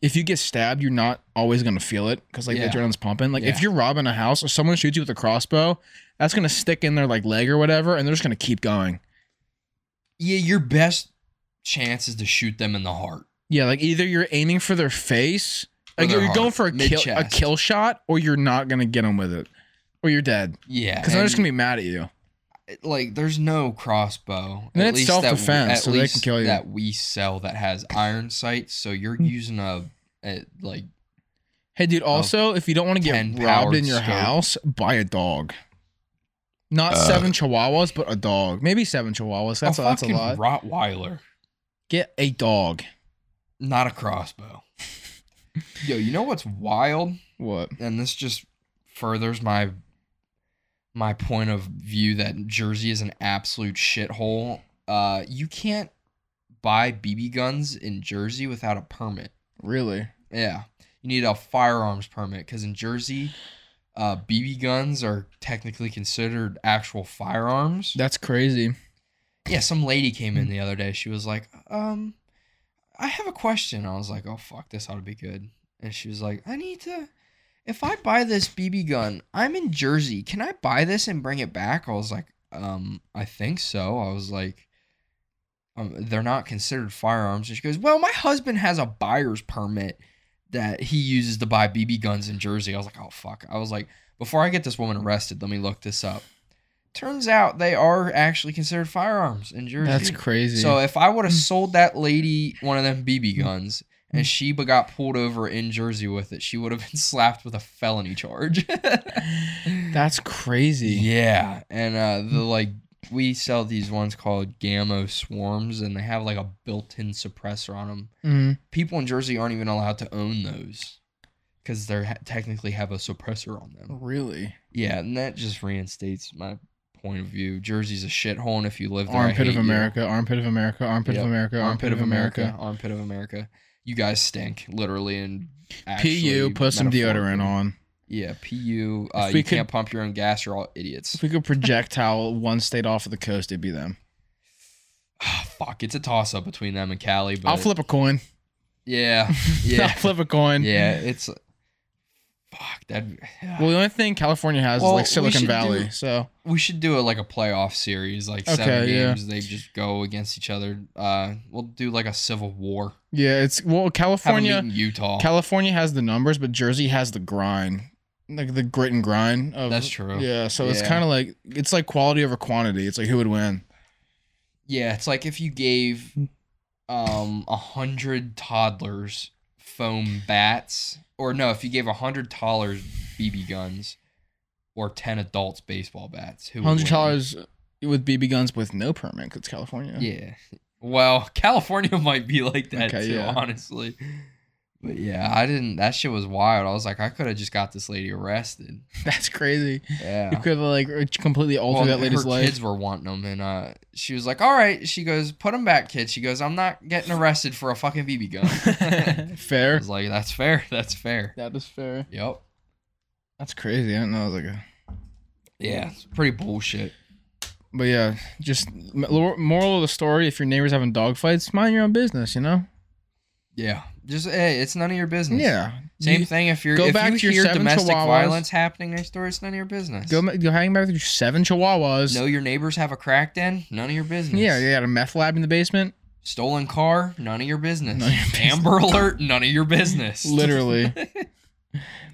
B: if you get stabbed you're not always going to feel it because like
A: Yeah.
B: the adrenaline's pumping like if
A: Yeah.
B: you're robbing a house or someone shoots you with a crossbow that's going to stick in their like leg or whatever and they're just going to keep going
A: Yeah, your best chance is to shoot them in the heart.
B: yeah like either you're aiming for their face
A: Or
B: like
A: their
B: you're going
A: heart,
B: for a kill, a
A: mid-chest.
B: kill shot or you're not going to get them with it or you're dead
A: Yeah,
B: because they're just going to be mad at you
A: be like, there's no crossbow.
B: And
A: at
B: it's
A: least that we-
B: self-defense,
A: at
B: so they
A: least
B: can kill you. Hmm.
A: That we sell that has iron sights, so you're using a, a like
B: hey dude
A: Oh,
B: also if you don't want to get
A: 10
B: robbed in
A: powered
B: your
A: scope.
B: house buy a dog not
A: Uh.
B: seven chihuahuas, but a dog. Maybe seven chihuahuas. That's
A: a
B: a, that's a
A: fucking
B: lot.
A: Rottweiler,
B: Get a dog.
A: not a crossbow. Yo, you know what's wild?
B: What?
A: and this just furthers my my point of view that Jersey is an absolute shithole. Uh, you can't buy BB guns in Jersey without a permit.
B: Really?
A: Yeah, you need a firearms permit because in Jersey, uh, BB guns are technically considered actual firearms.
B: That's crazy.
A: Yeah, some lady came in the other day. She was like, um, I have a question. I was like, oh, fuck, this ought to be good. And she was like, I need to, if I buy this BB gun, I'm in Jersey. Can I buy this and bring it back? I was like, um, I think so. I was like, um, they're not considered firearms. And she goes, well, my husband has a buyer's permit that he uses to buy BB guns in Jersey. I was like, oh, fuck. I was like, before I get this woman arrested, let me look this up. Turns out they are actually considered firearms in Jersey.
B: That's crazy.
A: So if I would
B: Mm.
A: have sold that lady one of them BB guns and she b- got pulled over in Jersey with it, she would have been slapped with a felony charge.
B: that's Mm. crazy.
A: yeah, and uh, the like we sell these ones called Gammo Swarms, and they have like a built-in suppressor on them.
B: Mm.
A: People in Jersey aren't even allowed to own those because they ha- technically have a suppressor on
B: Oh.
A: them.
B: Really?
A: Yeah, and that just reinstates my point of view. Jersey's a shithole, and if you live there, I
B: Armpit
A: hate
B: of
A: you.
B: America. Armpit of America. Armpit
A: Yep.
B: of America.
A: armpit of America. armpit of America. You guys stink, literally and actually,
B: PU. Put some deodorant
A: metaphorically.
B: on.
A: Yeah, PU. Uh,
B: If we
A: you
B: could-
A: can't pump your own gas. You're all idiots.
B: If we could projectile one state off of the coast, it'd be them.
A: Ah, fuck, it's a toss up between them and Cali. But
B: I'll flip a coin.
A: Yeah.
B: I'll
A: Yeah.
B: flip a coin.
A: yeah. It's fuck that.
B: Well, the only thing California has
A: Well,
B: is
A: we
B: like Silicon
A: should
B: Valley.
A: do-
B: So
A: we should do it like a playoff series, like seven
B: Okay, yeah.
A: games. They just go against each other. Uh, we'll do like a civil war.
B: yeah, it's well
A: Have a
B: California.
A: meet in Utah.
B: California has the numbers, but Jersey has the grind, like the grit and grind of.
A: That's true.
B: Yeah, so it's
A: Yeah.
B: kind of like it's like quality over quantity. It's like who would win.
A: Yeah, it's like if you gave um a hundred toddlers foam bats, or no, if you gave a hundred toddlers BB guns, or ten adults baseball bats. Who would
B: Hundred
A: win?
B: dollars with BB guns with no permit. 'cause it's California.
A: Yeah. Well, California might be like that
B: Okay,
A: too,
B: yeah.
A: honestly. But yeah, I didn't. That shit was wild. I was like, I could have just got this lady arrested.
B: that's crazy. You
A: Yeah.
B: could like completely alter
A: Well,
B: that lady's
A: her
B: life.
A: kids were wanting them, and uh, she was like, "All right." She goes, "Put them back, kid." She goes, "I'm not getting arrested for a fucking BB gun." I
B: fair.
A: was like, "That's fair. That's fair."
B: That is fair.
A: Yep.
B: That's crazy. I didn't know it was like a.
A: Yeah, it's pretty bullshit.
B: But yeah, just m- lor- moral of the story: if your neighbors having dog fights, mind your own business. You know.
A: Yeah, just hey, it's none of your business.
B: Yeah.
A: Hmm. Same
B: You-
A: thing if you're
B: Go
A: if
B: back
A: you
B: to your
A: hear
B: seven
A: domestic
B: chihuahuas.
A: violence happening next door, it's none of your business.
B: Go, ma- go hang back with your seven chihuahuas. Hmm.
A: Know your neighbors have a crack den? None of your business.
B: Yeah, you got a meth lab in the basement.
A: Stolen car? None of your business.
B: None of your business.
A: Amber alert? None of your business.
B: Literally.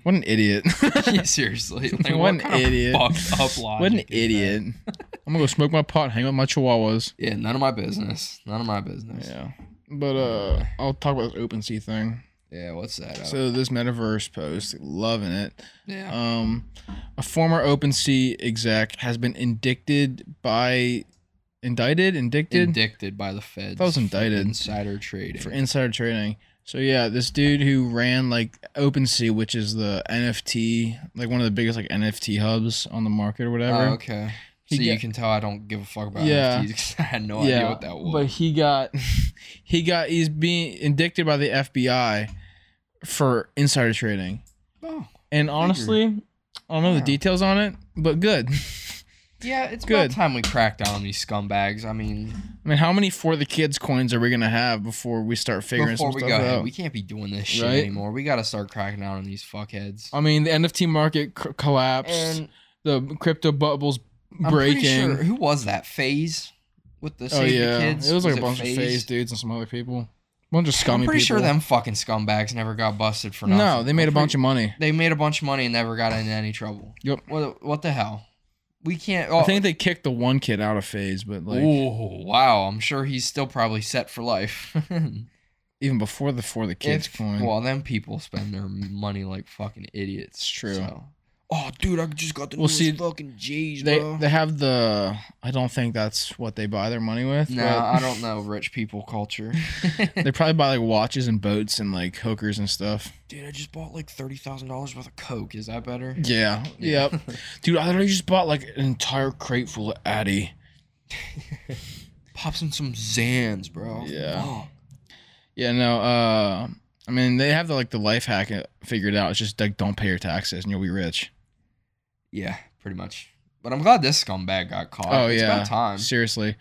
B: what an idiot.
A: Yeah, seriously. Like, what,
B: What an
A: kind
B: idiot.
A: Of fucked up logic
B: what an
A: is that?
B: idiot. I'm gonna go smoke my pot, and hang out with my chihuahuas.
A: Yeah, none of my business. None of my business. Yeah,
B: Yeah. But uh I'll talk about this OpenSea thing.
A: what's that? uh,
B: So this metaverse post, loving it.
A: yeah.
B: Um, a former OpenSea exec has been indicted by, indicted, indicted
A: Indicted by the feds.
B: I was
A: for
B: indicted.
A: Insider trading.
B: for insider trading. So yeah, this dude who ran like OpenSea, which is the NFT, like one of the biggest like NFT hubs on the market or whatever.
A: oh, okay.
B: He
A: So you
B: got-
A: can tell I don't give a fuck about
B: Yeah.
A: NFTs 'cause I had no idea what that was.
B: But he got he got he's being indicted by the FBI for insider trading.
A: oh.
B: And honestly, I don't know the
A: Wow.
B: details on it, but good.
A: Yeah, it's
B: Good.
A: about time we cracked down on these scumbags. I mean,
B: I mean, how many for the kids coins are we gonna have before we start figuring
A: before
B: some
A: we
B: stuff
A: go ahead,
B: out?
A: we can't be doing this shit
B: Right?
A: anymore. We got to start cracking down on these fuckheads.
B: I mean, the NFT market c- collapsed.
A: And
B: the crypto bubble's
A: I'm pretty
B: breaking.
A: sure who was that phase with the
B: Oh
A: safety
B: yeah,
A: kids?
B: it was like a bunch of phase
A: FaZe?
B: dudes and some other people, bunch of scummy
A: I'm pretty
B: people.
A: sure them fucking scumbags never got busted for nothing.
B: no, they made a bunch of money.
A: They made a bunch of money and never got into any trouble.
B: Yep.
A: What what the hell? We can't. Oh,
B: I think they kicked the one kid out of phase, but like
A: ooh, wow! I'm sure he's still probably set for life.
B: even before the for the kids
A: If-
B: coin.
A: Well, them people spend their money like fucking idiots.
B: It's true.
A: so. Oh, dude, I just got the
B: Well,
A: newest
B: see,
A: fucking J's,
B: they
A: bro.
B: they have the. I don't think that's what they buy their money with.
A: no,
B: but
A: I don't know rich people culture.
B: They probably buy like watches and boats and like hookers and stuff.
A: Dude, I just bought like thirty thousand dollars worth of coke. Is that better?
B: Yeah. Yep. Dude, I literally just bought like an entire crate full of Addy.
A: Pops in some Zans, bro.
B: Yeah.
A: Fuck.
B: Yeah, no. Uh, I mean, they have the like the life hack uh, figured out. It's just like don't pay your taxes and you'll be rich.
A: Yeah, pretty much. But I'm glad this scumbag got caught.
B: Oh,
A: it's
B: yeah.
A: about time.
B: Seriously,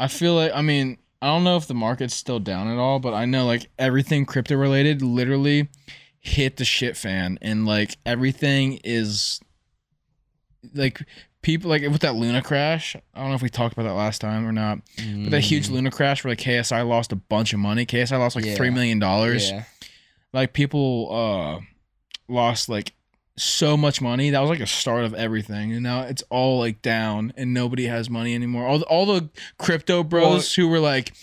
B: I feel like I mean I don't know if the market's still down at all, but I know like everything crypto related literally hit the shit fan, and like everything is like people like with that Luna crash. I don't know if we talked about that last time or not, but that huge
A: Mm,
B: Luna crash where like KSI lost a bunch of money. KSI lost like
A: Yeah.
B: three million dollars.
A: Yeah.
B: Like people uh lost like so much money. That was like a start of everything, and now it's all like down, and nobody has money anymore. All the, all the crypto bros who were like,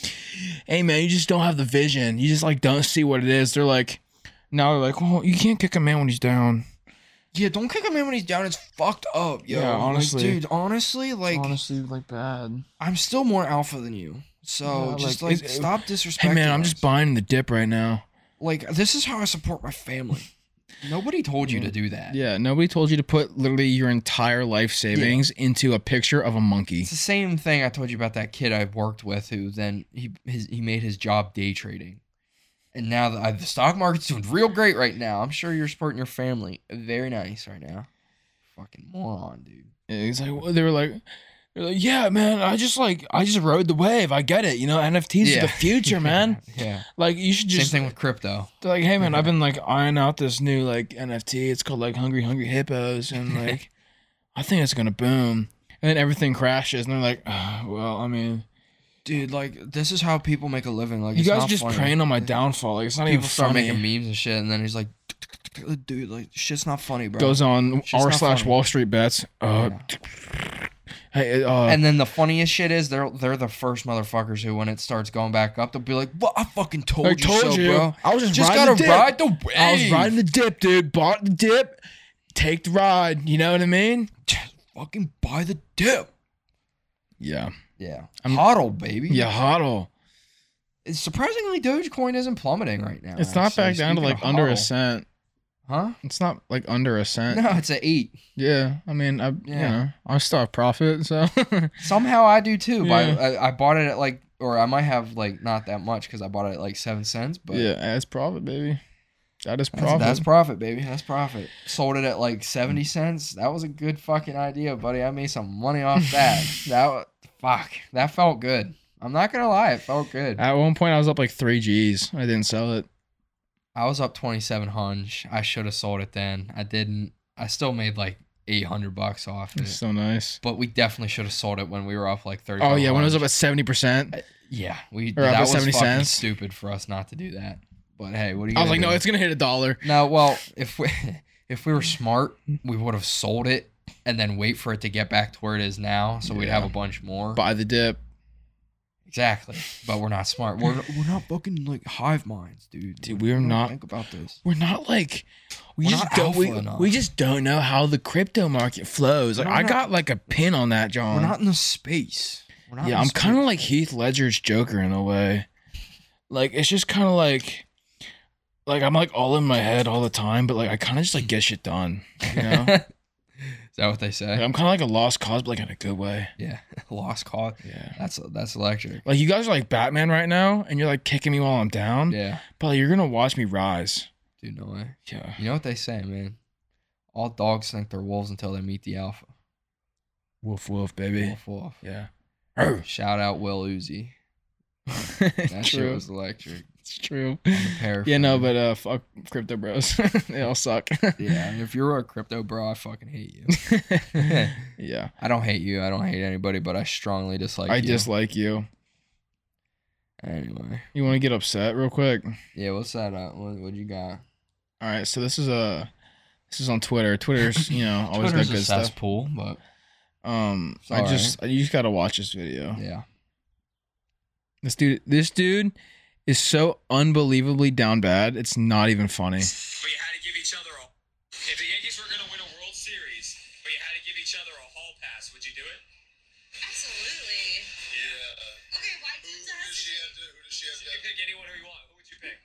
B: "Hey man, you just don't have the vision. You just like don't see what it is." They're like, now they're like, "Well, you can't kick a man when he's down."
A: Yeah, don't kick him in when he's down. It's fucked up, yo.
B: Yeah,
A: Like,
B: honestly.
A: dude, honestly, like
B: like bad.
A: I'm still more alpha than you. So
B: Yeah,
A: just
B: like,
A: like,
B: it's-
A: stop disrespecting.
B: Hey man, I'm
A: us.
B: just buying the dip right now.
A: like this is how I support my family. Mm. Nobody told you to do that.
B: Yeah, nobody told you to put literally your entire life savings into a picture of a monkey.
A: It's the same thing I told you about that kid I worked with who then he his, he made his job day trading. And now the, I, the stock market's doing real great right now. I'm sure you're supporting your family very nice right now. Fucking moron, dude.
B: It's like they were like,
C: You're like, yeah, man. I just like, I just rode the wave. I get it. You know, NFTs
A: Yeah.
C: are the future, man.
A: yeah.
C: Like, you should just
A: Same thing with crypto.
C: they're like, hey man,
A: Mhm.
C: I've been like eyeing out this new like NFT. It's called like Hungry Hungry Hippos, and like I think it's gonna boom. And then everything crashes, and they're like, "Ah, well, I mean,
A: Dude, like this is how people make a living. Like
C: you
A: it's
C: guys
A: not
C: just
A: funny.
C: preying on my downfall. Like it's not
A: People
C: even
A: start
C: funny.
A: making memes and shit, and then he's like, dude, like shit's not funny, bro.
B: Goes on
A: It's just
B: r
A: not
B: slash
A: funny.
B: Wall Street bets. Uh, hey, uh,
A: and then the funniest shit is they're they're the first motherfuckers who when it starts going back up, they'll be like, "Well, I fucking told
B: I
A: you
B: told
A: so,
B: you.
A: bro.
B: I was just,
A: Just
B: riding
A: gotta
B: the dip.
A: ride the wave."
B: I was riding the dip, dude. Bought the dip. Take the ride. You know what I mean?
A: Just fucking buy the dip.
B: Yeah.
A: Yeah,
B: I'm-
A: hodl, baby.
B: Yeah, hodl.
A: It's- surprisingly, Dogecoin isn't plummeting right now.
B: It's not
A: actually.
B: back down to
A: Speaking
B: like
A: of
B: under a
A: hodl.
B: cent. Uh,
A: huh?
B: It's not like under a cent.
A: No, it's an eight.
B: Yeah, I mean, I
A: Yeah.
B: you know, I still have profit, so
A: Somehow I do too. By
B: Yeah.
A: I, I bought it at like, or I might have like not that much because I bought it at like seven cents. But
B: yeah, that's profit, baby. That
A: that's
B: is profit.
A: that's profit, baby. That's profit. Sold it at like seventy cents. That was a good fucking idea, buddy. I made some money off that. that wa- fuck. That felt good. I'm not gonna lie, it felt good.
B: At one point, I was up like three G's. I didn't sell it.
A: I was up twenty seven hunch. I should have sold it then. I didn't. I still made like eight hundred bucks off it.
B: It's so nice.
A: But we definitely should have sold it when we were off like thirty.
B: Oh yeah, when it was up at seventy percent,
A: Yeah, we
B: Or up
A: that
B: at
A: was
B: 70
A: fucking
B: cents.
A: stupid for us not to do that. But hey, what do you?
B: I
A: gonna
B: was like, no,
A: do?
B: it's gonna hit a dollar.
A: no. Well, if we if we were smart, we would have sold it and then wait for it to get back to where it is now, so we'd
B: Yeah.
A: have a bunch more.
B: Buy the dip.
A: exactly, but we're not smart. We're we're not fucking like hive minds, dude.
B: Dude, we are
A: don't
B: not-
A: Think about this.
B: We're not like we
A: We're
B: just
A: not
B: don't we,
A: alpha enough.
B: we just don't know how the crypto market flows. Like
A: We're
B: I
A: not-
B: got like a pin on that, John.
A: We're not in the space. We're not
B: Yeah,
A: in
B: I'm
A: space.
B: kind of like Heath Ledger's Joker in a way. Like it's just kind of like, like I'm like all in my head all the time, but like I kind of just like get shit done. You know, Like,
A: Is that what they say?
B: I'm kind of like a lost cause, but like in a good way.
A: Yeah, lost cause.
B: Yeah.
A: That's that's electric.
B: Like you guys are like Batman right now, and you're like kicking me while I'm down,
A: Yeah,
B: but like, you're gonna watch me rise.
A: dude, no way.
B: Yeah.
A: You know what they say, man? All dogs think they're wolves until they meet the alpha.
B: Woof woof, baby.
A: Wolf, wolf.
B: Yeah. Arr.
A: Shout out Will Uzi. That shit
B: true.
A: was electric.
B: it's true.
A: I'm a pair
B: Yeah, no,
A: fan.
B: but uh, fuck crypto bros. they all suck.
A: yeah, if you're a crypto bro, I fucking hate you.
B: yeah.
A: I don't hate you. I don't hate anybody, but I strongly dislike
B: I
A: you.
B: dislike you.
A: anyway.
B: You want to get upset real quick?
A: Yeah, what's that? Uh, what, what you got?
B: All right, so this is a this is on Twitter. Twitter's you know always got good stuff.
A: cesspool, but
B: Um,
A: It's
B: I
A: all
B: just you just gotta watch this video.
A: yeah.
B: This dude, this dude is so unbelievably down bad. It's not even funny.
D: but you had to give each other a. If the Yankees were going to win a World Series, but you had to give each other a hall pass, would you do it?
E: Absolutely.
D: Yeah.
E: Okay, why did it have to
D: to?
E: be
D: Who does she have to? You can pick anyone who you want. Who would you pick?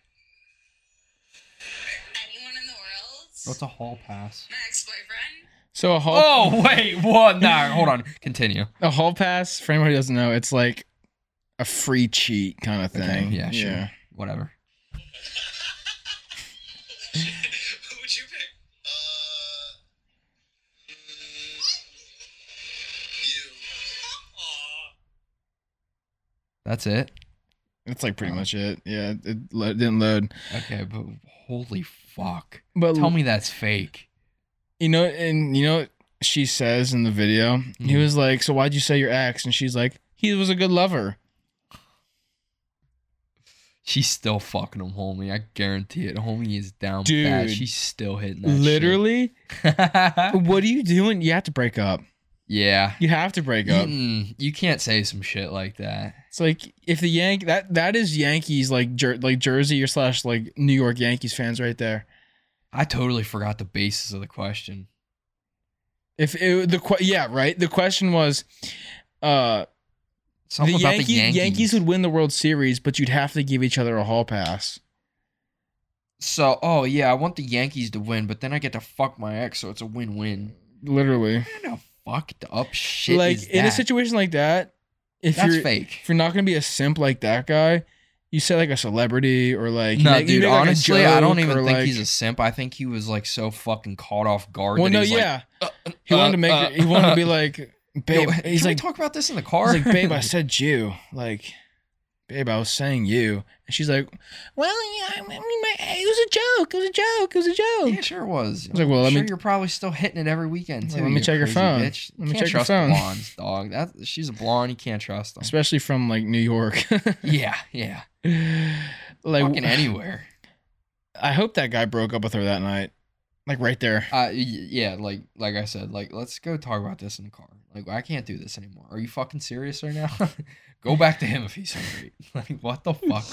E: anyone in the world?
A: What's a hall pass?
E: My ex-boyfriend.
B: So a hall
A: Oh wait, what? Nah, hold on. Continue.
B: a hall pass for anyone who doesn't know, it's like a free cheat kind of thing.
A: Okay, yeah, sure. Whatever.
D: who would you pick? Uh. mm, You. Aww.
A: That's it.
B: That's like
A: Uh-huh.
B: pretty much it. Yeah, it lo- didn't load.
A: Okay, but holy fuck.
B: But
A: Tell me that's fake.
B: you know, and you know what she says in the video? He
A: Mhm.
B: was like, So why'd you say your ex? And she's like, He was a good lover.
A: She's still fucking him, homie. I guarantee it. Homie is down
B: Dude.
A: bad. She's still hitting that shit.
B: Literally, what are you doing? You have to break up.
A: yeah.
B: You have to break up.
A: Mm-mm. You can't say some shit like that.
B: It's like if the Yank that that is Yankees like jer- like Jersey or slash like New York Yankees fans right there.
A: I totally forgot the basis of the question.
B: If it, the que- yeah right, the question was, uh,
A: Something
B: the,
A: about
B: Yankees,
A: the Yankees.
B: Yankees would win the World Series, but you'd have to give each other a hall pass.
A: so, oh yeah, I want the Yankees to win, but then I get to fuck my ex, so it's a win-win.
B: Literally,
A: What kind of fucked up shit
B: like
A: is
B: in a
A: that?
B: situation like that, if
A: That's
B: you're
A: fake.
B: if you're not gonna be a simp like that guy, you say like a celebrity or like you
A: No,
B: make- you
A: dude.
B: make, like, a
A: honestly, I don't
B: joke
A: even
B: or,
A: think
B: like-
A: he's a simp. I think he was like so fucking caught off guard.
B: Well,
A: that
B: no,
A: he was like,
B: yeah, he wanted to make
A: uh,
B: it, he wanted to be like
C: babe.
A: Yo,
C: he's
A: can
C: like,
A: we talk about this in the car?
C: he's like, babe, I said you. Like, babe, I was saying you. And she's like, well, yeah, I mean, my, it was a joke. It was a joke. It was a joke.
A: yeah, sure was.
B: was like, well, let
A: sure
B: me-
A: you're probably still hitting it every weekend
B: Like,
A: too.
B: let me
A: you
B: check your
A: crazy
B: phone.
A: Bitch. You
B: Let me
A: can't
B: check your
A: trust
B: phone.
A: blondes, dog. That she's a blonde. You can't trust them.
B: especially from like New York.
A: yeah, yeah.
B: like
A: Fucking anywhere.
B: I hope that guy broke up with her that night. Like right there.
A: Uh, y- yeah, like like I said, like let's go talk about this in the car. Like I can't do this anymore. Are you fucking serious right now? go back to him if he's hungry. like what the fuck?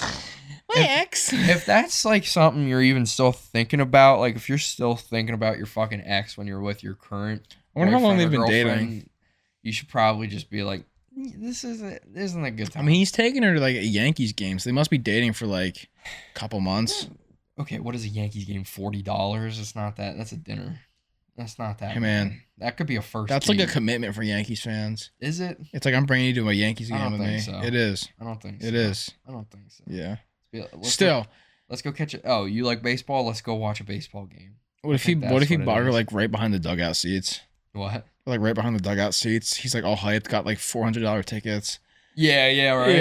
C: My ex.
A: if that's like something you're even still thinking about, like if you're still thinking about your fucking ex when you're with your current
B: I wonder how long they've
A: boyfriend
B: been
A: or
B: dating.
A: girlfriend, You should probably just be like, this isn't this isn't a good
B: I
A: time.
B: mean, he's taking her to like a Yankees game, so they must be dating for like a couple months.
A: okay, what is a Yankees game? Forty dollars? It's not that. That's a dinner. That's not that.
B: Hey man,
A: that could be a first.
B: that's like a
A: date.
B: commitment for Yankees fans.
A: Is it?
B: It's like I'm bringing you to a Yankees
A: I
B: game
A: don't
B: with
A: think
B: me.
A: so.
B: It is.
A: I don't think. so.
B: It is.
A: I don't think so.
B: Yeah.
A: Yeah, let's go-
B: Still,
A: let's go catch it. Oh, you like baseball? Let's go watch a baseball game.
B: what if he
A: think
B: what
A: that's
B: if he
A: what it
B: bought her
A: is.
B: like right behind the dugout seats?
A: What?
B: Like right behind the dugout seats. He's like all hyped, got like four hundred dollar tickets.
A: Yeah, yeah, right.
B: Yeah.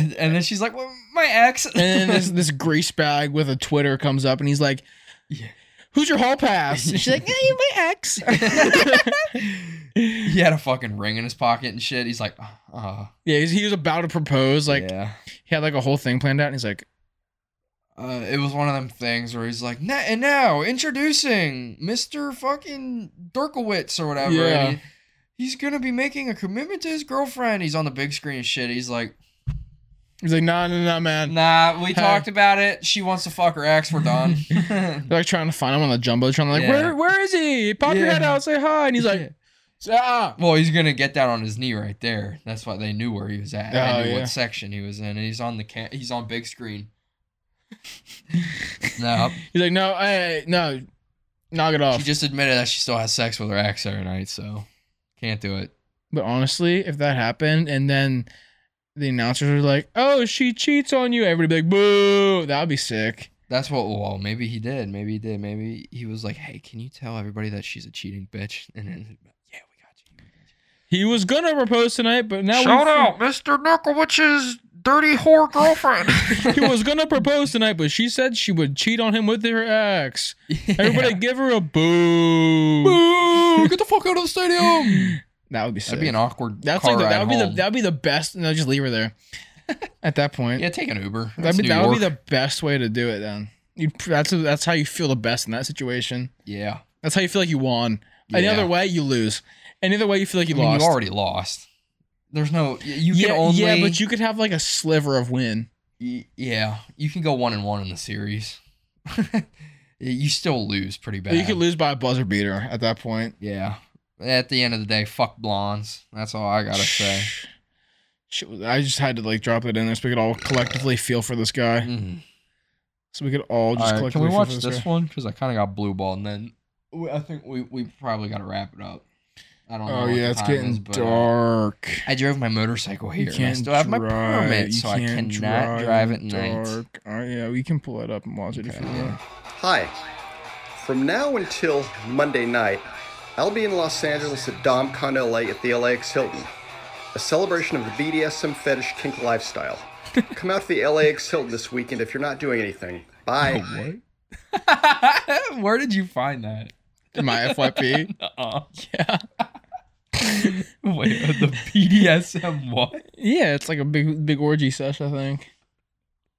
A: Yeah. And then she's like, well, my ex.
B: And then this this grease bag with a Twitter comes up and he's like,
A: Yeah.
B: Who's your hall pass? And she's like, "Eh, my ex.
A: he had a fucking ring in his pocket and shit. He's like, uh,
B: yeah, he's- he was about to propose. Like
A: yeah.
B: he had like a whole thing planned out and he's like,
A: Uh, it was one of them things where he's like, "Na- and now introducing Mr. fucking Dirkowitz or whatever.
B: Yeah.
A: And he- he's gonna be making a commitment to his girlfriend. He's on the big screen and shit. He's like,
B: he's like, no, no, no, man.
A: nah, we
B: Huh.
A: talked about it. She wants to fuck her ex. We're done.
B: They're like trying to find him on the jumbotron. Like,
A: Yeah.
B: where where is he? Pop your
A: Yeah.
B: head out, say hi. And he's like, ah.
A: Well, he's gonna get down on his knee right there. That's why they knew where he was at.
B: Oh,
A: they knew
B: yeah.
A: what section he was in. And he's on the ca- he's on big screen. no,
B: He's like, no, hey, no, knock it off.
A: she just admitted that she still has sex with her ex every night, so can't do it.
B: But honestly, if that happened and then the announcers were like, "Oh, she cheats on you," everybody be like, "Boo!" That would be sick.
A: That's what. Well, maybe he did. Maybe he did. Maybe he was like, "Hey, can you tell everybody that she's a cheating bitch?" And then, yeah, we got you.
B: He was gonna propose tonight, but now we
A: Mr. Knucklewich's dirty whore girlfriend.
B: He was gonna propose tonight, but she said she would cheat on him with her ex. Everybody, give her a boo.
A: Boo! Get the fuck out of the stadium.
B: That would be sick.
A: That'd be an awkward.
B: That's
A: car
B: like the,
A: ride
B: that would be the
A: home.
B: that would be the best. No, just leave her there. At that point,
A: Yeah, take an Uber. That's
B: that'd be
A: New
B: that would be
A: York.
B: the best way to do it. Then you that's that's how you feel the best in that situation.
A: yeah.
B: That's how you feel like you won. Any
A: Yeah.
B: other way, you lose. Any other way, you feel like
A: I
B: you
A: mean,
B: lost.
A: you already lost. There's no y- you
B: yeah,
A: can only
B: yeah, but you could have like a sliver of win.
A: y- yeah you can go one and one in the series. you still lose pretty bad.
B: You could lose by a buzzer beater at that point.
A: Yeah. At the end of the day, fuck blondes. That's all I gotta say.
B: Shit, I just had to like drop it in there so we could all collectively feel for this guy.
A: Mm.
B: So we could all
A: All
B: just
A: right, can
B: collectively
A: we watch
B: feel for
A: this
B: this, guy.
A: one? Because I kind of got blue ball, and then we- I think we we probably gotta wrap it up. I don't know.
B: Oh
A: what
B: yeah,
A: the
B: it's
A: time
B: getting
A: is, but, uh,
B: dark.
A: I drove my motorcycle here.
B: You
A: and I
B: can't
A: still have my
B: drive-
A: permit,
B: you
A: so I
B: can't
A: cannot drive, at
B: in
A: night.
B: dark. All right, yeah, we can pull it up and watch it if you want.
F: Hi. From now until Monday night, I'll be in Los Angeles at DomCon LA at the LAX Hilton, a celebration of the BDSM fetish kink lifestyle. Come out to the LAX Hilton this weekend if you're not doing anything. Bye.
B: Oh.
A: Where did you find that?
B: In my FYP, yeah,
A: Wait, the BDSM what?
B: yeah, it's like a big big orgy sesh, I think,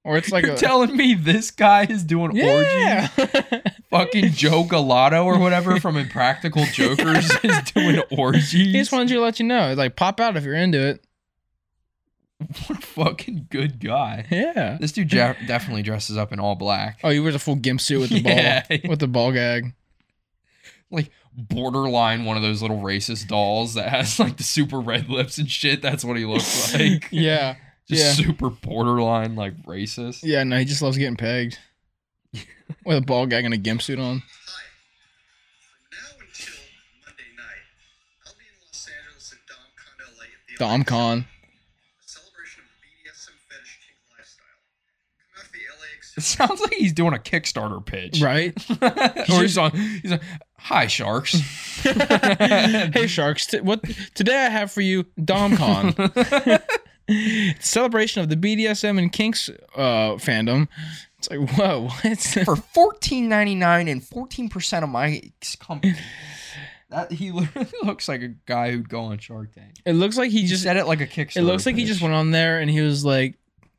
B: or it's like
A: You're
B: a
A: telling me this guy is doing orgies?
B: yeah.
A: Fucking Joe Galato or whatever from Impractical Jokers is doing orgies.
B: He just wanted you to let you know. Like, pop out if you're into it.
A: What a fucking good guy.
B: Yeah.
A: This dude ja- definitely dresses up in all black.
B: Oh, he wears a full gimp suit with the
A: Yeah.
B: ball with the ball gag.
A: Like borderline one of those little racist dolls that has like the super red lips and shit. That's what he looks like.
B: Yeah.
A: Just
B: yeah.
A: super borderline like racist.
B: Yeah, no, he just loves getting pegged. with a ball gag and a gimp suit on.
F: Hi. From now until Monday night, I'll be in Los Angeles at DomCon LA at the
B: Dom Con.
F: a celebration of the BDSM fetish kink lifestyle. Come out to the LAX
A: It sounds like he's doing a Kickstarter pitch,
B: Right?
A: or he's on. He's on. Hi, sharks.
B: hey sharks, t- what today I have for you DomCon. Celebration of the BDSM and Kinks uh, fandom. It's like, whoa, what?
A: for fourteen ninety nine and fourteen percent of my company. That he literally looks like a guy who'd go on Shark Tank.
B: It looks like he
A: He
B: just
A: said it like a Kickstarter.
B: It looks like he just
A: pitch.
B: went on there and he was like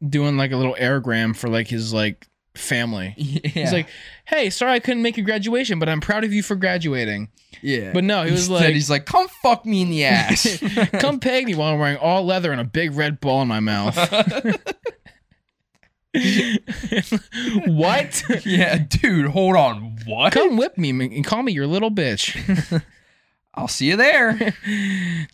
B: doing like a little airgram for like his like family.
A: Yeah.
B: He's like, "Hey, sorry I couldn't make your graduation, but I'm proud of you for graduating."
A: yeah.
B: But no, he was
A: Instead,
B: like,
A: he's like, come fuck me in the ass.
B: "Come peg me while I'm wearing all leather and a big red ball in my mouth." what?
A: yeah, dude, hold on. What?
B: Come whip me and call me your little bitch.
A: I'll see you there. What a,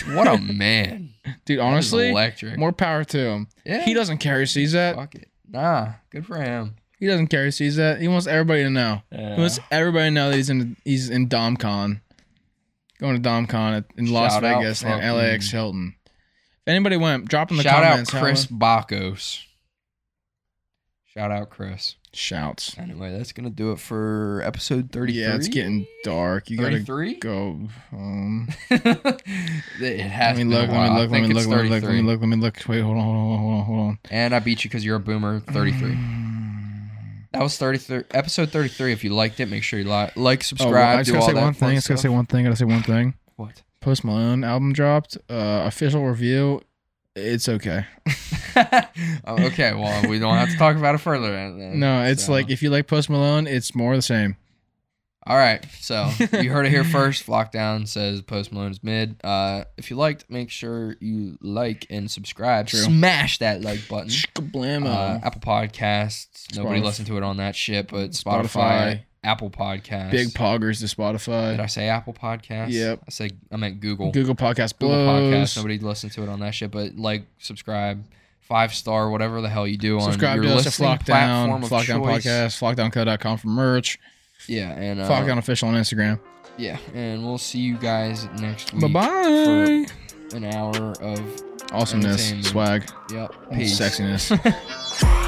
A: what a man.
B: dude.
A: That is
B: Honestly,
A: electric.
B: more power to him.
A: yeah.
B: He doesn't care. He sees that.
A: Fuck it. Nah, good for him.
B: He doesn't care. He sees that. He wants everybody to know. He
A: Yeah.
B: wants everybody to know that he's in he's in DomCon, going to DomCon at- in Las
A: Shout out
B: Vegas and
A: fucking-
B: LAX Hilton. If anybody went, drop in the
A: Shout out
B: comments. how-
A: Chris Bacos. Shout out Chris.
B: shouts.
A: Anyway, that's gonna do it for episode thirty-three.
B: Yeah, it's getting dark. You gotta
A: thirty-three.
B: go. Um,
A: it has
B: let me
A: been
B: look.
A: a
B: Let
A: while.
B: me
A: I
B: look. Let me
A: think
B: look.
A: it's
B: Let me look. Let
A: 33.
B: me look. Let me look. Wait, hold on. Hold on. Hold on. Hold on. Hmm.
A: And I beat you because you're a boomer. Thirty-three.
B: Mm.
A: That was 33 episode 33. If you liked it, make sure you like, like
B: Oh,
A: subscribe,
B: well, I just
A: do
B: gotta
A: all
B: say
A: that
B: one
A: fun
B: thing. I just gotta say
A: stuff.
B: one thing. I gotta say one thing.
A: What?
B: Post Malone album dropped. Uh, official review. It's okay.
A: oh, okay, well, we don't have to talk about it further. then, then.
B: No, it's
A: Mm, So-
B: like if you like Post Malone, it's more the same.
A: All right, so you heard it here first. Lockdown says Post Malone's mid. Uh, if you liked, make sure you like and subscribe.
B: True.
A: Smash that like button.
B: Kablamo.
A: Mm. Uh, Apple Podcasts. Nobody
B: Spotif-
A: listened to it on that shit, but Spotify,
B: Spotify.
A: Apple Podcasts.
B: Big poggers to Spotify.
A: Did I say Apple Podcasts?
B: Yep.
A: I said I meant Google.
B: Google Podcast
A: Google
B: blows.
A: Podcasts. Nobody listened to it on that shit, but like, subscribe, five star, whatever the hell you do on
B: Subscribe
A: your
B: to us at
A: listening platform
B: Flockdown,
A: of
B: Flockdown
A: choice.
B: Podcast, flockdownco.com for merch,
A: Yeah, and uh,
B: Flockdown Official on Instagram.
A: Yeah, and we'll see you guys next week.
B: Bye bye.
A: for An hour of
B: Awesomeness,
A: entertainment.
B: swag,
A: yep.
B: sexiness.